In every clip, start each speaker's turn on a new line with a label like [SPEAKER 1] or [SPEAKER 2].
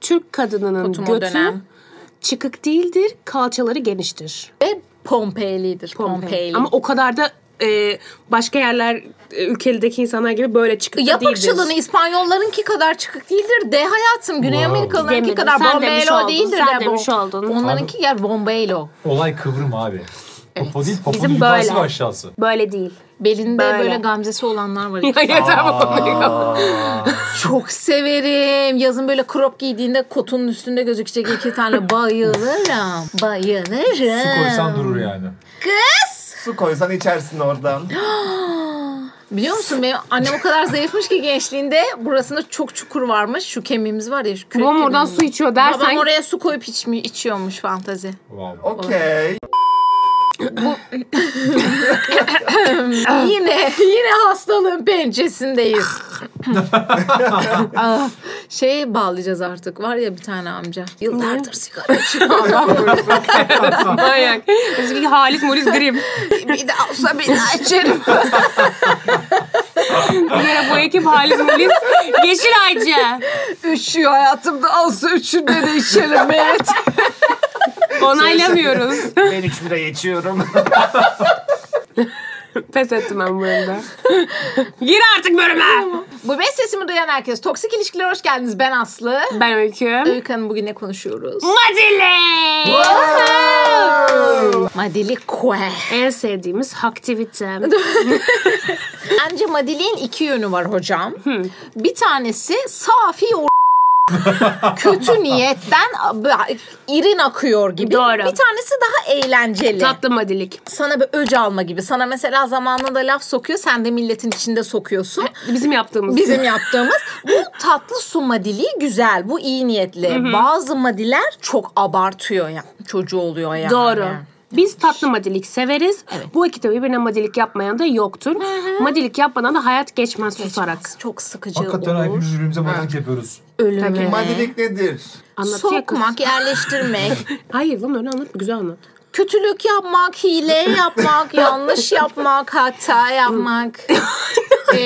[SPEAKER 1] Türk kadınının
[SPEAKER 2] Kotum o
[SPEAKER 1] götü
[SPEAKER 2] dönem.
[SPEAKER 1] çıkık değildir, kalçaları geniştir.
[SPEAKER 2] Ve Pompeylidir. Pompeyli.
[SPEAKER 1] Pompei. Ama o kadar da e, başka yerler e, ülkedeki insanlar gibi böyle çıkık da
[SPEAKER 2] Yapak
[SPEAKER 1] değildir.
[SPEAKER 2] çalını İspanyollarınki kadar çıkık değildir. De hayatım Güney
[SPEAKER 3] Wow.
[SPEAKER 2] Amerikalılarınki
[SPEAKER 1] Demedim.
[SPEAKER 2] kadar
[SPEAKER 1] Sen demiş
[SPEAKER 2] Bombaylo
[SPEAKER 1] oldun,
[SPEAKER 2] değildir.
[SPEAKER 1] sen
[SPEAKER 2] de
[SPEAKER 1] demiş
[SPEAKER 2] bu.
[SPEAKER 1] oldun.
[SPEAKER 2] Onlarınki yer Bombaylo.
[SPEAKER 3] Olay kıvrım abi. Popo değil, poponun
[SPEAKER 1] Bizim
[SPEAKER 3] yukarısı
[SPEAKER 1] böyle.
[SPEAKER 3] ve aşağısı.
[SPEAKER 1] Böyle değil.
[SPEAKER 2] Belinde böyle.
[SPEAKER 1] Böyle.
[SPEAKER 2] gamzesi olanlar var.
[SPEAKER 1] Ya yeter bu konuyu.
[SPEAKER 2] Çok severim. Yazın böyle crop giydiğinde kotunun üstünde gözükecek iki tane bayılırım. Bayılırım.
[SPEAKER 3] Su koysan durur yani.
[SPEAKER 2] Kız!
[SPEAKER 4] Su koysan içersin oradan.
[SPEAKER 2] Biliyor musun benim annem o kadar zayıfmış ki gençliğinde burasında çok çukur varmış. Şu kemiğimiz var ya şu kürek
[SPEAKER 1] Babam oradan
[SPEAKER 2] kemiğimiz.
[SPEAKER 1] su içiyor
[SPEAKER 2] Babam
[SPEAKER 1] dersen
[SPEAKER 2] oraya su koyup içmi, içiyormuş fantazi.
[SPEAKER 3] Wow.
[SPEAKER 4] Okey.
[SPEAKER 2] yine yine hastalığın pençesindeyiz. Aa, şey bağlayacağız artık. Var ya bir tane amca. Yıllardır sigara içiyor.
[SPEAKER 1] manyak. Bizimki halis molis grim.
[SPEAKER 2] bir daha olsa bir daha içerim.
[SPEAKER 1] Bir yere bu ekip halis molis yeşil aycı.
[SPEAKER 2] Üşüyor hayatımda olsa üçünde de içerim evet.
[SPEAKER 1] Onaylamıyoruz.
[SPEAKER 4] Ben 3 lira içiyorum.
[SPEAKER 1] Pes ettim ben bu arada. Gir artık bölüme.
[SPEAKER 2] Bu benim sesimi duyan herkes. Toksik ilişkiler hoş geldiniz. Ben Aslı.
[SPEAKER 1] Ben Öyküm.
[SPEAKER 2] Öykü Hanım bugün ne konuşuyoruz?
[SPEAKER 1] Madile.
[SPEAKER 2] Madili Kue.
[SPEAKER 1] En sevdiğimiz aktivite.
[SPEAKER 2] Bence Madili'nin iki yönü var hocam. Bir tanesi safi o kötü niyetten ab- irin akıyor gibi.
[SPEAKER 1] Doğru.
[SPEAKER 2] Bir tanesi daha eğlenceli.
[SPEAKER 1] Tatlı madilik.
[SPEAKER 2] Sana bir öc alma gibi. Sana mesela zamanında laf sokuyor. Sen de milletin içinde sokuyorsun.
[SPEAKER 1] Bizim yaptığımız.
[SPEAKER 2] Bizim yaptığımız. Bu tatlı su madili güzel. Bu iyi niyetli. Bazı madiler çok abartıyor ya. Çocuğu oluyor yani.
[SPEAKER 1] Doğru. Biz tatlı madilik severiz. Bu ekipte birbirine madilik yapmayan da yoktur. Madilik yapmadan da hayat geçmez, susarak.
[SPEAKER 2] Çok sıkıcı
[SPEAKER 3] Hakikaten
[SPEAKER 2] olur.
[SPEAKER 3] hepimiz birbirimize manyak yapıyoruz.
[SPEAKER 2] Ölüme.
[SPEAKER 4] Madilik nedir?
[SPEAKER 1] Anlatıyor kız.
[SPEAKER 2] Sokmak, yerleştirmek.
[SPEAKER 1] Hayır lan öyle anlatma güzel anlat.
[SPEAKER 2] kötülük yapmak, hile yapmak, yanlış yapmak, hata yapmak. Ee,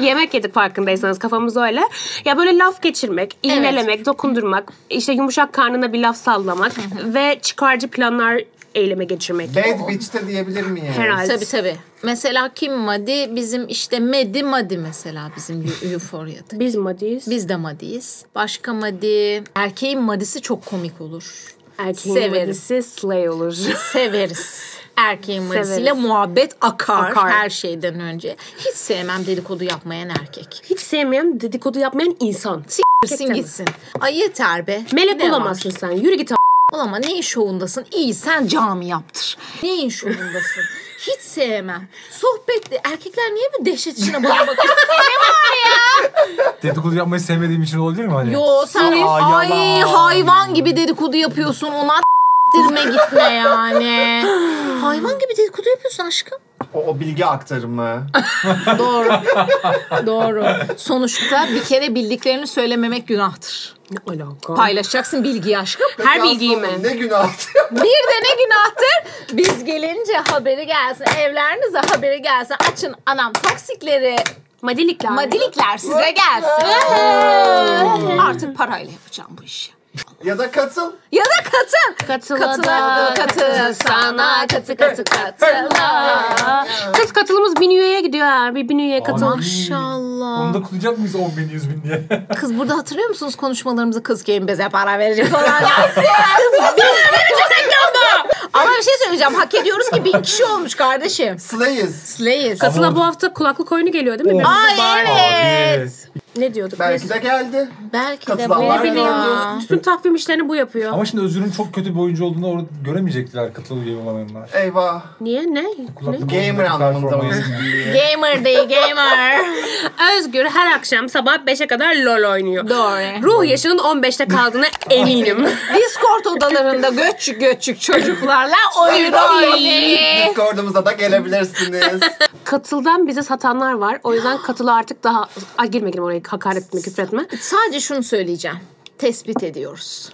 [SPEAKER 1] Yemek yedik farkındaysanız kafamız öyle. Ya böyle laf geçirmek, iğnelemek, dokundurmak, işte yumuşak karnına bir laf sallamak ve çıkarcı planlar eyleme geçirmek.
[SPEAKER 4] Bad bitch de diyebilir miyim?
[SPEAKER 1] Herhalde.
[SPEAKER 2] tabii tabii. Mesela kim Madi? Bizim işte Medi Madi mesela bizim Eu- Euphoria'da.
[SPEAKER 1] Biz madiyiz.
[SPEAKER 2] Biz de Madi'yiz. Başka Madi. Erkeğin Madisi çok komik olur.
[SPEAKER 1] Erkeğin
[SPEAKER 2] Severiz.
[SPEAKER 1] madisi slay olur.
[SPEAKER 2] Severiz. Erkeğin Madisi'yle
[SPEAKER 1] Severiz.
[SPEAKER 2] muhabbet akar,
[SPEAKER 1] Akar.
[SPEAKER 2] her şeyden önce. Hiç sevmem dedikodu yapmayan erkek.
[SPEAKER 1] Hiç sevmeyen, dedikodu yapmayan insan.
[SPEAKER 2] Gitsin gitsin. Ay yeter be.
[SPEAKER 1] Melek
[SPEAKER 2] Ne var?
[SPEAKER 1] olamazsın sen. Yürü git a-
[SPEAKER 2] Olama neyin şovundasın? İyi sen cami yaptır. Neyin şovundasın? Hiç sevmem. Sohbet erkekler niye bu dehşet içine bana bakıyor?
[SPEAKER 3] Dedikodu yapmayı sevmediğim için olabilir mi? Hani?
[SPEAKER 2] Yo sen
[SPEAKER 4] Aa,
[SPEAKER 2] ay
[SPEAKER 4] yalan.
[SPEAKER 2] hayvan gibi dedikodu yapıyorsun ona dirme gitme yani. hayvan gibi dedikodu yapıyorsun aşkım.
[SPEAKER 4] O, o bilgi aktarımı.
[SPEAKER 2] Doğru. Doğru. Sonuçta bir kere bildiklerini söylememek günahtır.
[SPEAKER 1] Ne alaka?
[SPEAKER 2] Paylaşacaksın bilgiyi aşkım.
[SPEAKER 1] Her bilgiyi mi?
[SPEAKER 4] Ne günah.
[SPEAKER 2] Bir de ne günahtır? Biz gelince haberi gelsin. Evlerinize haberi gelsin. Açın anam toksikleri.
[SPEAKER 1] Madilikler.
[SPEAKER 2] Madilikler size gelsin. Artık parayla yapacağım bu işi.
[SPEAKER 4] ya da katıl.
[SPEAKER 2] Ya da katıl.
[SPEAKER 1] Katıla
[SPEAKER 2] Katıla,
[SPEAKER 1] da,
[SPEAKER 2] katıl sana, katı katı katıla.
[SPEAKER 1] Kız katılımız bin üyeye gidiyor. ha. Bir bin üyeye katıl.
[SPEAKER 3] Aman. Onu
[SPEAKER 2] Maşallah.
[SPEAKER 3] da kutlayacak mıyız 10 bin 100 bin diye?
[SPEAKER 2] Kız burada hatırlıyor musunuz konuşmalarımızı kız kim bize para verecek falan. Kız bize verecek ama. Ama bir şey söyleyeceğim. Hak ediyoruz ki bin kişi olmuş kardeşim.
[SPEAKER 4] Slayiz.
[SPEAKER 2] Slayiz.
[SPEAKER 1] Katıla bu hafta kulaklık oyunu geliyor değil mi?
[SPEAKER 2] Oh.
[SPEAKER 3] Of.
[SPEAKER 1] Birbirimize bağır-
[SPEAKER 2] Evet.
[SPEAKER 3] Abi.
[SPEAKER 1] Ne diyorduk?
[SPEAKER 4] Belki de geldi.
[SPEAKER 2] Belki de
[SPEAKER 4] Katılan
[SPEAKER 2] bu.
[SPEAKER 4] var
[SPEAKER 1] Ne bileyim.
[SPEAKER 2] ya.
[SPEAKER 1] Bütün takvim işlerini bu yapıyor.
[SPEAKER 3] Ama şimdi Özgür'ün çok kötü bir oyuncu olduğunu orada göremeyecektiler katılı üye olanlar.
[SPEAKER 4] Eyvah.
[SPEAKER 1] Niye? Ne? ne?
[SPEAKER 3] Kulaklık
[SPEAKER 4] Gamer
[SPEAKER 3] oyundaki
[SPEAKER 4] anlamında
[SPEAKER 3] performansı.
[SPEAKER 4] oyuncu değil.
[SPEAKER 2] Gamer değil gamer.
[SPEAKER 1] Özgür her akşam sabah 5'e kadar LOL oynuyor.
[SPEAKER 2] Doğru.
[SPEAKER 1] Ruh yaşının 15'te kaldığına eminim.
[SPEAKER 2] Discord odalarında göçük göçük çocuklarla oyun oynayın.
[SPEAKER 4] Discord'umuza da gelebilirsiniz.
[SPEAKER 1] Katıldan bize satanlar var. O yüzden katıla artık daha... Ay girme girme oraya hakaret etme, küfretme.
[SPEAKER 2] Sadece şunu söyleyeceğim. Tespit ediyoruz.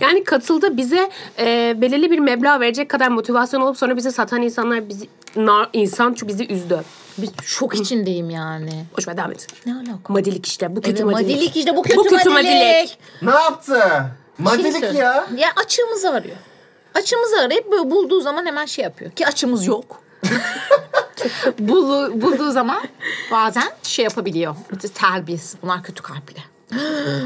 [SPEAKER 1] yani katılda bize e, belirli bir meblağ verecek kadar motivasyon olup sonra bizi satan insanlar bizi nar, insan çünkü bizi üzdü.
[SPEAKER 2] Bir şok içindeyim yani.
[SPEAKER 1] Boş ver devam et.
[SPEAKER 2] Ne alaka?
[SPEAKER 1] Madilik işte bu kötü
[SPEAKER 2] Evet,
[SPEAKER 1] madilik.
[SPEAKER 2] madilik işte bu kötü,
[SPEAKER 1] kötü
[SPEAKER 2] madilik.
[SPEAKER 1] madilik.
[SPEAKER 4] Ne yaptı?
[SPEAKER 2] Şey
[SPEAKER 4] Madilik
[SPEAKER 2] söyle-
[SPEAKER 4] ya.
[SPEAKER 2] Ya açığımızı arıyor. Açığımızı arayıp böyle bulduğu zaman hemen şey yapıyor. Ki açığımız yok. Bulu, bulduğu zaman bazen şey yapabiliyor. Terbiyesiz. Bunlar kötü kalpli.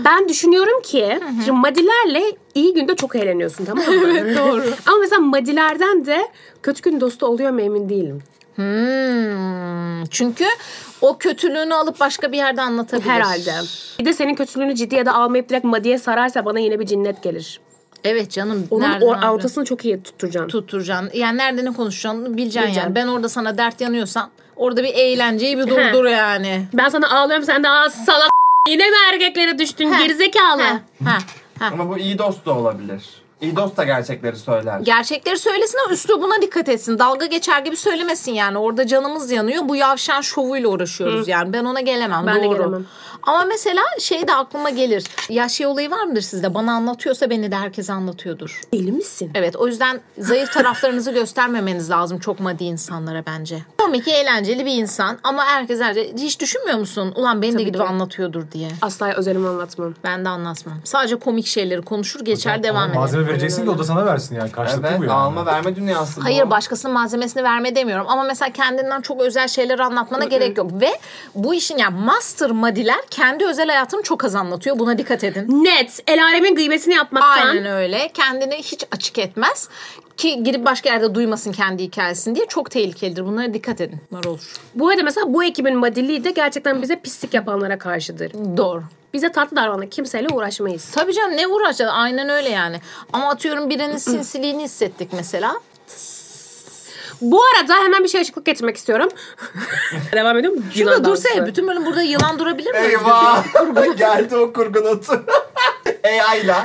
[SPEAKER 1] Ben düşünüyorum ki şimdi madilerle iyi günde çok eğleniyorsun tamam mı? evet doğru. Ama mesela madilerden de kötü gün dostu oluyor mu emin değilim.
[SPEAKER 2] Hmm, çünkü o kötülüğünü alıp başka bir yerde anlatabilir.
[SPEAKER 1] Herhalde. Bir de senin kötülüğünü ciddiye de almayıp direkt madiye sararsa bana yine bir cinnet gelir.
[SPEAKER 2] Evet canım.
[SPEAKER 1] Onun
[SPEAKER 2] nereden
[SPEAKER 1] or-
[SPEAKER 2] alacaksın?
[SPEAKER 1] ortasını çok iyi tutturacaksın.
[SPEAKER 2] tutturacaksın. Yani nerede ne konuşacaksın bileceksin
[SPEAKER 1] Bileceğim.
[SPEAKER 2] yani. Ben orada sana dert yanıyorsam orada bir eğlenceyi bir durdur yani.
[SPEAKER 1] Ben sana ağlıyorum sen de aa salak yine mi erkeklere düştün
[SPEAKER 2] Ha,
[SPEAKER 1] gerizekalı.
[SPEAKER 2] Ha, ha, ha.
[SPEAKER 4] Ama bu iyi dost da olabilir. İyi dost da gerçekleri söyler.
[SPEAKER 2] Gerçekleri söylesin ama üslubuna dikkat etsin. Dalga geçer gibi söylemesin yani. Orada canımız yanıyor. Bu yavşan şovuyla uğraşıyoruz yani. Ben ona gelemem.
[SPEAKER 1] Ben de
[SPEAKER 2] doğru.
[SPEAKER 1] gelemem.
[SPEAKER 2] Ama mesela şey de aklıma gelir. Ya şey olayı var mıdır sizde? Bana anlatıyorsa beni de herkes anlatıyordur.
[SPEAKER 1] Deli misin?
[SPEAKER 2] Evet o yüzden zayıf taraflarınızı göstermemeniz lazım çok maddi insanlara bence. Komik eğlenceli bir insan ama herkes herkes hiç düşünmüyor musun? Ulan beni de gidip
[SPEAKER 1] ki.
[SPEAKER 2] anlatıyordur diye.
[SPEAKER 1] Asla özelimi anlatmam.
[SPEAKER 2] Ben de anlatmam. Sadece komik şeyleri konuşur geçer devam
[SPEAKER 3] Ama
[SPEAKER 2] eder.
[SPEAKER 3] Malzeme vereceksin ki o da sana versin yani. Karşılıklı bu
[SPEAKER 4] Evet,
[SPEAKER 3] yani.
[SPEAKER 4] alma verme dünyası bu.
[SPEAKER 2] Hayır başkasının malzemesini verme demiyorum ama mesela kendinden çok özel şeyleri anlatmana gerek yok ve bu işin yani master madiler kendi özel hayatını çok az anlatıyor buna dikkat edin.
[SPEAKER 1] Net. El alemin gıybesini yapmaktan.
[SPEAKER 2] Aynen öyle kendini hiç açık etmez ki girip başka yerde duymasın kendi hikayesini diye çok tehlikelidir bunlara dikkat edin. Bunlar olur.
[SPEAKER 1] Bu arada mesela bu ekibin madiliği de gerçekten bize pislik yapanlara karşıdır.
[SPEAKER 2] Doğru.
[SPEAKER 1] Bize tatlı davranan kimseyle uğraşmayız.
[SPEAKER 2] Tabii canım ne uğraşacağız aynen öyle yani ama atıyorum birinin sinsiliğini hissettik mesela.
[SPEAKER 1] Bu arada hemen bir şey açıklık getirmek istiyorum. Devam ediyor mu?
[SPEAKER 2] Burada
[SPEAKER 1] Yılan dansı.
[SPEAKER 2] dursa bütün bölüm burada yılan durabilir mi?
[SPEAKER 4] Eyvah. Geldi o kurgunotu. AI'la.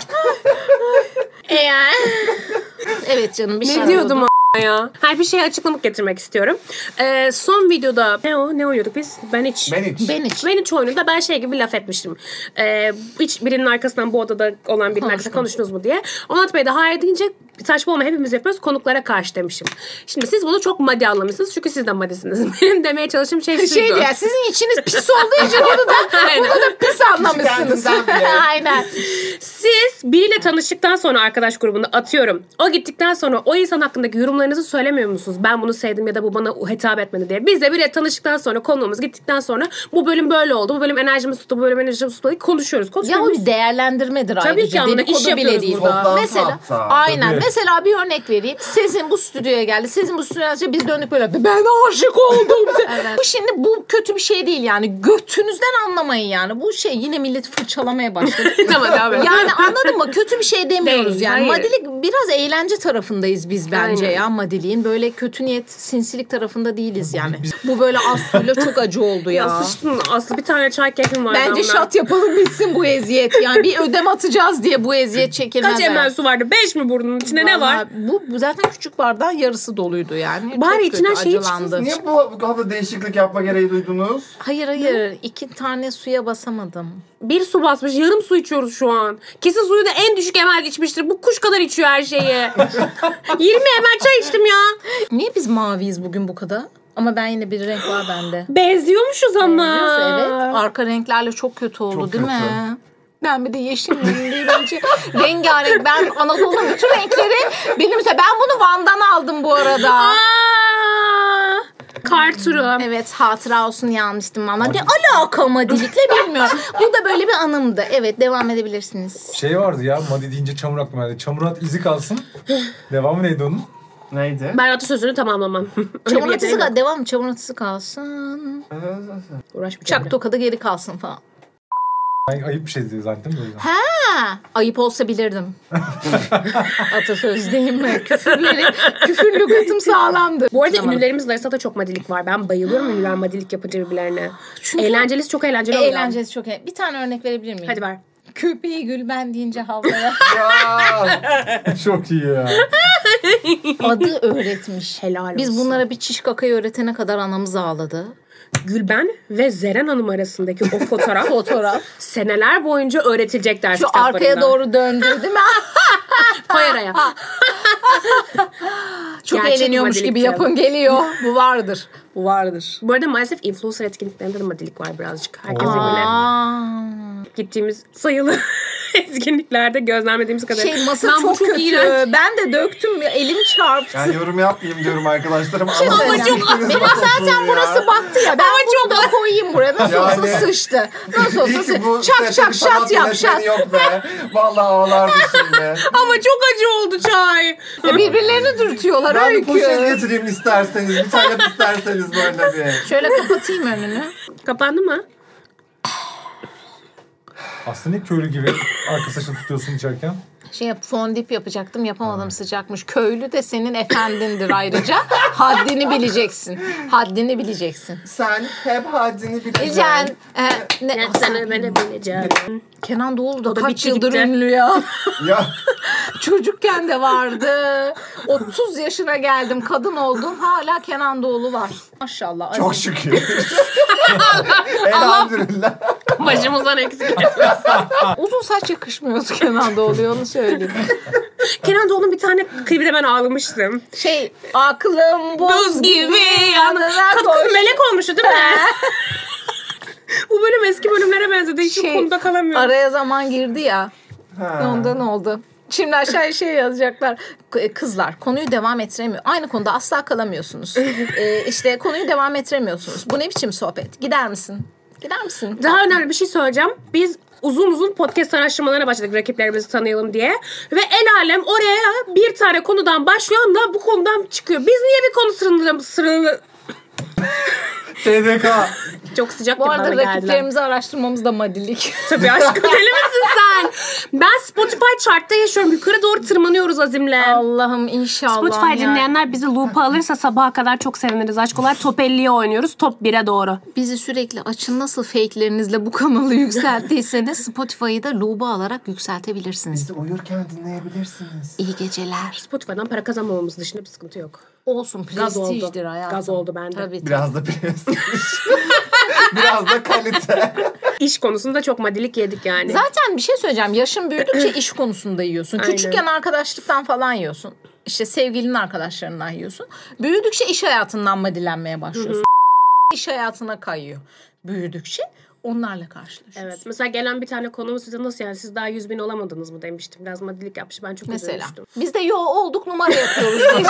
[SPEAKER 2] Eğer. evet canım bir şey
[SPEAKER 1] Ne diyordum o ya? Her bir şeye açıklamak getirmek istiyorum. Ee, son videoda ne o? Ne oynuyorduk biz? Ben hiç.
[SPEAKER 4] Ben hiç.
[SPEAKER 2] Ben hiç.
[SPEAKER 1] Ben hiç oyununda ben şey gibi laf etmiştim. Ee, hiç birinin arkasından bu odada olan birinin arkasından konuştunuz mu diye. Onat Bey de hayır deyince saçma olma hepimiz yapıyoruz konuklara karşı demişim. Şimdi siz bunu çok maddi anlamışsınız çünkü siz de maddisiniz. Benim demeye çalıştığım şey şuydu.
[SPEAKER 2] şey diye sizin içiniz pis olduğu için bunu da bunu da pis anlamışsınız.
[SPEAKER 4] Kendisinden bile.
[SPEAKER 2] Aynen.
[SPEAKER 1] Siz biriyle tanıştıktan sonra arkadaş grubunda atıyorum. O gittikten sonra o insan hakkındaki yorumlarınızı söylemiyor musunuz? Ben bunu sevdim ya da bu bana hitap etmedi diye. Biz de biriyle tanıştıktan sonra konuğumuz gittikten sonra bu bölüm böyle oldu. Bu bölüm enerjimiz tuttu, bu bölüm enerjimiz tuttu. diye Konuşuyoruz.
[SPEAKER 2] Ya o
[SPEAKER 1] konuşuyoruz.
[SPEAKER 2] bir değerlendirmedir ayrıca.
[SPEAKER 1] Tabii ki ama
[SPEAKER 2] Dedikodu
[SPEAKER 1] iş yapıyoruz burada.
[SPEAKER 4] Toplantı
[SPEAKER 2] Mesela
[SPEAKER 4] hatta.
[SPEAKER 2] aynen.
[SPEAKER 3] Tabii.
[SPEAKER 2] Mesela bir örnek vereyim. Sizin bu stüdyoya geldi. Sizin bu stüdyoya geldi. Biz döndük böyle ben aşık oldum. Bu şimdi bu kötü bir şey değil yani. Götünüzden anlamayın yani. Bu şey yine milleti fırçalamaya başladı.
[SPEAKER 1] Tamam, devam et.
[SPEAKER 2] Yani anladın mı? Kötü bir şey demiyoruz
[SPEAKER 1] Değil, hayır.
[SPEAKER 2] yani. Madilik biraz eğlence tarafındayız biz bence
[SPEAKER 1] Aynen.
[SPEAKER 2] ya madiliğin. Böyle kötü niyet, sinsilik tarafında değiliz yani. Bu böyle az suyla çok acı oldu ya.
[SPEAKER 1] Ya sıçtın Aslı bir tane çay kekim var.
[SPEAKER 2] Bence şat yapalım bitsin bu eziyet. Yani bir ödem atacağız diye bu eziyet çekilmez.
[SPEAKER 1] Kaç
[SPEAKER 2] hayatım.
[SPEAKER 1] emel su vardı? Beş mi burnunun içinde ne var?
[SPEAKER 2] Vallahi Bu, bu zaten küçük bardağın yarısı doluydu yani.
[SPEAKER 1] Bari
[SPEAKER 2] Çok kötü,
[SPEAKER 1] içinden şey
[SPEAKER 2] acılandı.
[SPEAKER 4] Niye bu, bu hafta değişiklik yapma gereği duydunuz?
[SPEAKER 2] Hayır hayır iki tane suya basamadım.
[SPEAKER 1] Bir su basmış yarım su içiyoruz şu an. Kesin suyu da en düşük emel içmiştir. Bu kuş kadar içiyor her şeyi. 20 emel çay içtim ya.
[SPEAKER 2] Niye biz maviyiz bugün bu kadar? Ama ben yine bir renk var bende.
[SPEAKER 1] Benziyormuşuz ama.
[SPEAKER 2] Biliyoruz, evet. Arka renklerle çok kötü oldu
[SPEAKER 4] Çok
[SPEAKER 2] değil
[SPEAKER 4] kötü.
[SPEAKER 2] mi? Ben bir de yeşil miyim bence. şey- Rengarenk. Ben Anadolu'nun bütün renkleri benimse. Ben bunu Van'dan aldım bu arada.
[SPEAKER 1] Aa! Karturu.
[SPEAKER 2] Evet hatıra olsun yanmıştım bana. Ne alaka madilikle bilmiyorum. bu da böyle bir anımdı. Evet devam edebilirsiniz.
[SPEAKER 3] Şey vardı ya Madi deyince çamur aklıma geldi. Çamur at izi kalsın. Devamı neydi onun?
[SPEAKER 4] Neydi?
[SPEAKER 1] Ben atasözünü tamamlamam. Öyle bir
[SPEAKER 2] Çamur
[SPEAKER 1] yeteneğim
[SPEAKER 2] atısı
[SPEAKER 1] yok.
[SPEAKER 2] kal- devam çamur atısı kalsın.
[SPEAKER 1] Uğraşmayacağım.
[SPEAKER 2] Çak tokada geri kalsın falan.
[SPEAKER 3] Ay, ayıp bir şey diye zannettim. de o yüzden.
[SPEAKER 2] Ha, ayıp olsa bilirdim. Atasöz değil mi? Küfürleri, küfür lügatım sağlamdır.
[SPEAKER 1] Bu arada
[SPEAKER 2] Tamam.
[SPEAKER 1] ünlülerimiz arasında da çok madilik var. Ben bayılıyorum ünlüler madilik yapınca birbirlerine.
[SPEAKER 2] Çünkü-
[SPEAKER 1] Eğlencelisi çok eğlenceli oluyor.
[SPEAKER 2] Eğlencesi çok iyi. Bir tane örnek verebilir miyim?
[SPEAKER 1] Hadi ver.
[SPEAKER 2] Köpeği gül ben deyince havlaya.
[SPEAKER 4] Ya.
[SPEAKER 3] Çok iyi ya.
[SPEAKER 2] Adı öğretmiş.
[SPEAKER 1] Helal
[SPEAKER 2] Biz
[SPEAKER 1] olsun.
[SPEAKER 2] bunlara bir çiş kakayı öğretene kadar anamız ağladı.
[SPEAKER 1] Gülben ve Zeren Hanım arasındaki o fotoğraf
[SPEAKER 2] Fotoğraf.
[SPEAKER 1] seneler boyunca öğretilecek ders
[SPEAKER 2] Şu
[SPEAKER 1] kitaplarında.
[SPEAKER 2] arkaya doğru döndü değil mi?
[SPEAKER 1] Koy araya.
[SPEAKER 2] Çok
[SPEAKER 1] Gerçek
[SPEAKER 2] eğleniyormuş
[SPEAKER 1] modelik
[SPEAKER 2] gibi
[SPEAKER 1] tabii.
[SPEAKER 2] yapın geliyor. Bu vardır. Bu vardır.
[SPEAKER 1] Bu arada maalesef influencer etkinliklerinde de madilik var birazcık. Herkese böyle
[SPEAKER 2] Aa.
[SPEAKER 1] gittiğimiz sayılı etkinliklerde gözlemlediğimiz kadarıyla.
[SPEAKER 2] Şey masa
[SPEAKER 1] Lan bu
[SPEAKER 2] çok, kötü.
[SPEAKER 1] iğrenç.
[SPEAKER 2] Ben de döktüm. ya, Elim çarptı.
[SPEAKER 4] Yani yorum yapmayayım diyorum arkadaşlarım.
[SPEAKER 2] Ama
[SPEAKER 4] Anasını
[SPEAKER 2] çok
[SPEAKER 4] siktiniz
[SPEAKER 2] benim
[SPEAKER 4] bak
[SPEAKER 2] zaten
[SPEAKER 4] oturun ya.
[SPEAKER 2] burası battı ya. Ben bunu da koyayım buraya. Nasıl olsa
[SPEAKER 4] Yani-
[SPEAKER 2] sıçtı. Nasıl
[SPEAKER 4] İyi
[SPEAKER 2] olsa
[SPEAKER 4] ki
[SPEAKER 2] sıçtı.
[SPEAKER 4] bu
[SPEAKER 2] Çak
[SPEAKER 4] sette bir
[SPEAKER 2] çak şat
[SPEAKER 4] sanat
[SPEAKER 2] yap
[SPEAKER 4] yönetmeni
[SPEAKER 2] şat.
[SPEAKER 4] Yok be. Vallahi ağlardı şimdi.
[SPEAKER 1] Ama çok acı oldu Çay.
[SPEAKER 2] E, Birbirlerini dürtüyorlar
[SPEAKER 4] ben bir poşet
[SPEAKER 2] öykü.
[SPEAKER 4] getireyim isterseniz. Bir tane isterseniz böyle bir.
[SPEAKER 2] Şöyle kapatayım önünü.
[SPEAKER 1] Kapandı mı?
[SPEAKER 3] Aslında ne köylü gibi arka saçını tutuyorsun içerken.
[SPEAKER 2] Şey yap, fondip yapacaktım yapamadım sıcakmış. Köylü de senin efendindir ayrıca. Haddini bileceksin. Haddini bileceksin.
[SPEAKER 4] Sen hep haddini
[SPEAKER 2] Ecen,
[SPEAKER 4] bileceksin.
[SPEAKER 2] e, ne,
[SPEAKER 1] Ben sana böyle bileceğim.
[SPEAKER 2] Kenan Doğulu da,
[SPEAKER 1] da
[SPEAKER 2] kaç
[SPEAKER 1] bitti
[SPEAKER 2] yıldır
[SPEAKER 1] gitti.
[SPEAKER 2] ünlü ya.
[SPEAKER 4] Ya
[SPEAKER 2] Çocukken de vardı. 30 yaşına geldim, kadın oldum. Hala Kenan Doğulu var. Maşallah.
[SPEAKER 4] çok
[SPEAKER 2] aziz.
[SPEAKER 4] şükür. Elhamdülillah.
[SPEAKER 1] Başımızdan eksik.
[SPEAKER 2] Uzun saç yakışmıyordu Kenan Doğulu'ya onu söyleyeyim.
[SPEAKER 1] Kenan Doğulu'nun bir tane klibinde ben ağlamıştım.
[SPEAKER 2] Şey, aklım buz gibi yanına koy.
[SPEAKER 1] Kız melek olmuştu değil mi? Bu bölüm eski bölümlere benzedi. Hiç
[SPEAKER 2] Şey,
[SPEAKER 1] şey, konuda kalamıyorum.
[SPEAKER 2] Araya zaman girdi ya.
[SPEAKER 4] Ha.
[SPEAKER 2] Ondan oldu. Şimdi aşağıya şey yazacaklar. K- e, Kızlar konuyu devam ettiremiyor. Aynı konuda asla kalamıyorsunuz. ee, işte konuyu devam ettiremiyorsunuz. Bu ne biçim sohbet? Gider misin? Gider misin?
[SPEAKER 1] Daha önemli bir şey söyleyeceğim. Biz uzun uzun podcast araştırmalarına başladık rakiplerimizi tanıyalım diye. Ve el alem oraya bir tane konudan başlıyor da bu konudan çıkıyor. Biz niye bir konu sırrını... sırrını
[SPEAKER 3] TDK.
[SPEAKER 1] çok sıcak
[SPEAKER 2] Bu
[SPEAKER 1] gibi
[SPEAKER 2] arada
[SPEAKER 1] bana geldiler.
[SPEAKER 2] rakiplerimizi araştırmamız da madilik.
[SPEAKER 1] Tabii aşkım deli misin sen? Ben Spotify chartta yaşıyorum. Yukarı doğru tırmanıyoruz azimle.
[SPEAKER 2] Allah'ım inşallah.
[SPEAKER 1] Spotify
[SPEAKER 2] ya.
[SPEAKER 1] dinleyenler bizi loop'a alırsa sabaha kadar çok seviniriz. Aşk olarak top 50'ye oynuyoruz. Top 1'e doğru.
[SPEAKER 2] Bizi sürekli açın nasıl fakelerinizle bu kanalı yükselttiyseniz Spotify'ı da luba alarak yükseltebilirsiniz.
[SPEAKER 4] Bizi uyurken dinleyebilirsiniz.
[SPEAKER 2] İyi geceler.
[SPEAKER 1] Spotify'dan para kazanmamamız dışında bir sıkıntı yok.
[SPEAKER 2] Olsun
[SPEAKER 1] Gaz oldu.
[SPEAKER 2] prestijdir hayatım.
[SPEAKER 1] Gaz oldu bende.
[SPEAKER 2] Tabii.
[SPEAKER 4] Biraz da prestij. Biraz da kalite.
[SPEAKER 1] İş konusunda çok madilik yedik yani.
[SPEAKER 2] Zaten bir şey söyleyeceğim. Yaşın büyüdükçe iş konusunda yiyorsun.
[SPEAKER 1] Aynen.
[SPEAKER 2] Küçükken arkadaşlıktan falan yiyorsun. İşte sevgilinin arkadaşlarından yiyorsun. Büyüdükçe iş hayatından mı dilenmeye başlıyorsun? İş hayatına kayıyor. Büyüdükçe onlarla karşılaşıyorsun.
[SPEAKER 1] Evet. Mesela gelen bir tane konumuz size nasıl yani siz daha 100 bin olamadınız mı demiştim. Biraz madilik yapmış. Ben çok
[SPEAKER 2] Mesela.
[SPEAKER 1] üzülmüştüm.
[SPEAKER 2] Biz de yo olduk numara yapıyoruz. diye.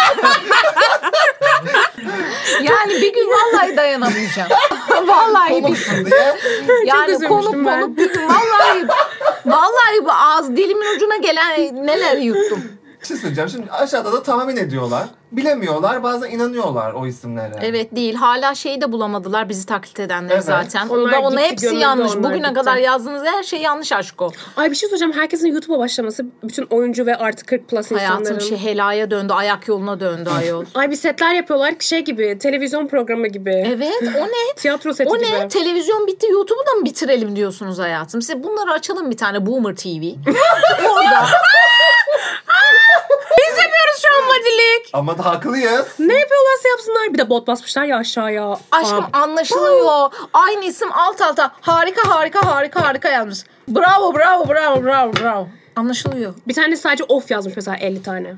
[SPEAKER 2] yani bir gün vallahi dayanamayacağım. vallahi bir
[SPEAKER 4] Olsun diye.
[SPEAKER 2] yani
[SPEAKER 1] üzülmüştüm
[SPEAKER 2] konup
[SPEAKER 1] ben.
[SPEAKER 2] konup bir gün vallahi vallahi bu ağız dilimin ucuna gelen neler yuttum.
[SPEAKER 4] Bir şey söyleyeceğim. Şimdi aşağıda da tahmin ediyorlar. Bilemiyorlar. Bazen inanıyorlar o isimlere.
[SPEAKER 2] Evet değil. Hala şeyi de bulamadılar bizi taklit edenleri
[SPEAKER 4] Evet.
[SPEAKER 2] zaten.
[SPEAKER 1] Onlar
[SPEAKER 2] o da ona
[SPEAKER 1] gitti,
[SPEAKER 2] hepsi
[SPEAKER 1] gömüldü
[SPEAKER 2] yanlış.
[SPEAKER 1] onlar
[SPEAKER 2] Bugüne
[SPEAKER 1] gitti.
[SPEAKER 2] kadar yazdığınız her şey yanlış aşko.
[SPEAKER 1] Ay bir şey söyleyeceğim. Herkesin YouTube'a başlaması bütün oyuncu ve artı 40 plus insanların.
[SPEAKER 2] Hayatım şey helaya döndü. Ayak yoluna döndü ayol.
[SPEAKER 1] Ay bir setler yapıyorlar ki şey gibi. Televizyon programı gibi.
[SPEAKER 2] evet o ne?
[SPEAKER 1] Tiyatro seti
[SPEAKER 2] O
[SPEAKER 1] gibi.
[SPEAKER 2] ne? Televizyon bitti. YouTube'u da mı bitirelim diyorsunuz hayatım? Size bunları açalım bir tane Boomer TV. Orada.
[SPEAKER 1] Yapıyoruz şu an madilik.
[SPEAKER 4] Ama da haklıyız.
[SPEAKER 1] Ne yapıyorlarsa yapsınlar. Bir de bot basmışlar ya aşağıya.
[SPEAKER 2] Aşkım
[SPEAKER 1] Aa,
[SPEAKER 2] anlaşılıyor. Aynı isim alt alta. Harika harika harika harika yazmış. Bravo bravo bravo bravo bravo. Anlaşılıyor.
[SPEAKER 1] Bir tane sadece of yazmış mesela 50 tane.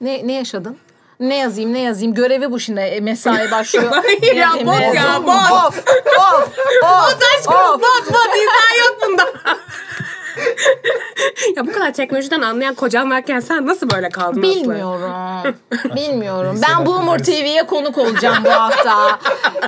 [SPEAKER 2] Ne, ne yaşadın? Ne yazayım ne yazayım görevi bu şimdi E, mesai başlıyor.
[SPEAKER 1] Hayır ya,
[SPEAKER 2] Yazayım,
[SPEAKER 1] bot
[SPEAKER 2] ne
[SPEAKER 1] ya,
[SPEAKER 2] yazayım?
[SPEAKER 1] bot.
[SPEAKER 2] Of of of. of.
[SPEAKER 1] Bot bot insan yok bunda. ya bu kadar teknolojiden anlayan kocan varken sen nasıl böyle kaldın Aslı?
[SPEAKER 2] Bilmiyorum. Bilmiyorum. ben Boomer TV'ye konuk olacağım bu hafta.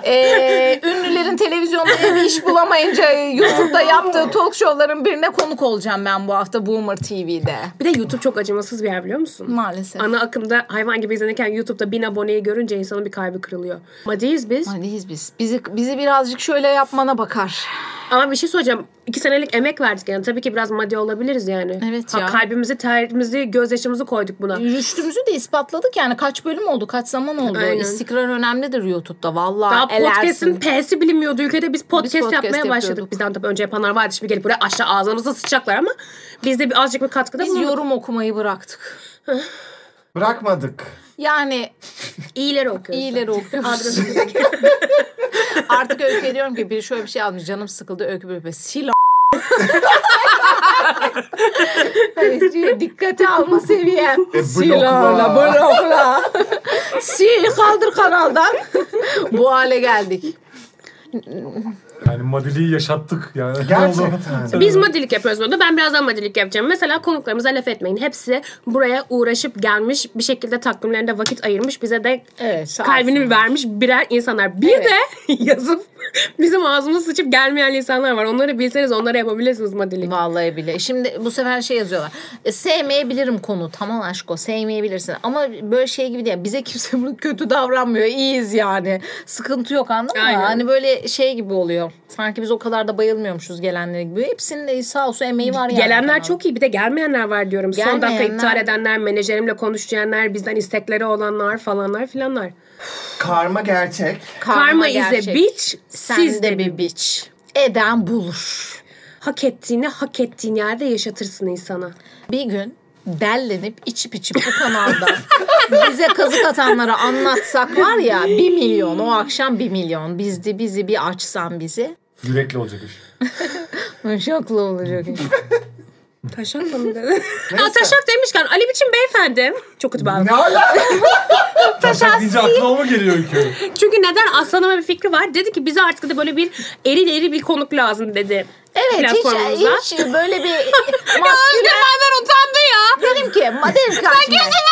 [SPEAKER 2] Ee, ünlülerin televizyonda bir iş bulamayınca YouTube'da yaptığı talk show'ların birine konuk olacağım ben bu hafta Boomer TV'de.
[SPEAKER 1] Bir de YouTube çok acımasız bir yer biliyor musun?
[SPEAKER 2] Maalesef.
[SPEAKER 1] Ana akımda hayvan gibi izlenirken YouTube'da bin aboneyi görünce insanın bir kalbi kırılıyor. Madiyiz biz.
[SPEAKER 2] Maliyiz Hani biz. Bizi, bizi birazcık şöyle yapmana bakar.
[SPEAKER 1] Ama bir şey söyleyeceğim. İki senelik emek verdik yani. Tabii ki biraz maddi olabiliriz yani.
[SPEAKER 2] Evet
[SPEAKER 1] Ha,
[SPEAKER 2] ya.
[SPEAKER 1] kalbimizi, terimizi, gözyaşımızı koyduk buna.
[SPEAKER 2] Rüştümüzü de ispatladık yani kaç bölüm oldu kaç zaman oldu
[SPEAKER 1] Aynen.
[SPEAKER 2] istikrar önemlidir YouTube'da vallahi
[SPEAKER 1] Daha podcast'in
[SPEAKER 2] elersin.
[SPEAKER 1] P'si bilinmiyordu. Ülkede biz podcast,
[SPEAKER 2] podcast
[SPEAKER 1] yapmaya başladık.
[SPEAKER 2] yapıyorduk.
[SPEAKER 1] Bizden tabii önce yapanlar vardı. Şimdi gelip buraya aşağı ağzımıza sıçacaklar ama biz de bir azıcık bir katkıda
[SPEAKER 2] Biz
[SPEAKER 1] bulunduk.
[SPEAKER 2] yorum okumayı bıraktık.
[SPEAKER 4] Bırakmadık.
[SPEAKER 2] Yani
[SPEAKER 1] İyileri okuyoruz.
[SPEAKER 2] iyileri okuyoruz. Artık Öykü'ye diyorum ki biri şöyle bir şey almış canım sıkıldı Öykü böyle bir sil a- Hani dikkate alma seviyem.
[SPEAKER 4] E,
[SPEAKER 2] Sil
[SPEAKER 4] blokla.
[SPEAKER 2] ağla, blokla. Sil kaldır kanaldan. Bu hale geldik.
[SPEAKER 3] Yani Madeli'yi yaşattık yani.
[SPEAKER 4] Gerçekten.
[SPEAKER 1] Biz madilik yapıyoruz burada. Ben birazdan madilik yapacağım. Mesela konuklarımıza laf etmeyin. Hepsi buraya uğraşıp gelmiş bir şekilde takvimlerinde vakit ayırmış. Bize de
[SPEAKER 2] Evet. sağ
[SPEAKER 1] kalbini vermiş birer insanlar. Bir de yazıp bizim ağzımıza sıçıp gelmeyen insanlar var. Onları bilseniz onlara yapabilirsiniz madilik.
[SPEAKER 2] Vallahi bile. Şimdi bu sefer şey yazıyorlar. E, sevmeyebilirim konu. Tamam aşk o. Sevmeyebilirsin. Ama böyle şey gibi değil. Bize kimse bunu kötü davranmıyor. İyiyiz yani. Sıkıntı yok anladın
[SPEAKER 1] Aynen.
[SPEAKER 2] mı? Hani böyle şey gibi oluyor. Sanki biz o kadar da bayılmıyormuşuz gelenlere gibi. Hepsinin de sağ olsun emeği var yani.
[SPEAKER 1] Gelenler çok iyi bir de gelmeyenler var diyorum. Son dakika
[SPEAKER 2] Gelmeyenler-
[SPEAKER 1] iptal edenler, menajerimle konuşayanlar, bizden istekleri olanlar falanlar filanlar.
[SPEAKER 4] Karma gerçek.
[SPEAKER 1] Karma, is
[SPEAKER 2] gerçek.
[SPEAKER 1] a bitch,
[SPEAKER 2] Sen
[SPEAKER 1] siz de bir
[SPEAKER 2] bir bitch. Eden bulur.
[SPEAKER 1] hak ettiğini hak ettiğin yerde yaşatırsın insana.
[SPEAKER 2] Bir gün dellenip içip içip bu kanalda bize kazık atanlara anlatsak var ya bir milyon o akşam bir milyon bizdi bizi bir açsan bizi
[SPEAKER 3] Yürekli olacak iş.
[SPEAKER 2] şokla olacak.
[SPEAKER 1] Taşak mı dedi? Aa, taşak demişken Ali biçim beyefendi. Çok kötü bağlı.
[SPEAKER 4] Ne alaka?
[SPEAKER 3] Taşak deyince aklıma mı geliyor ülke?
[SPEAKER 1] Çünkü neden Aslan'ıma bir fikri var. Dedi ki bize artık da böyle bir eril eril bir konuk lazım dedi.
[SPEAKER 2] Evet hiç,
[SPEAKER 1] Platformumuzda.
[SPEAKER 2] hiç böyle bir
[SPEAKER 1] Özgür
[SPEAKER 2] maskülen
[SPEAKER 1] benden utandı ya.
[SPEAKER 2] dedim ki madem karşıma.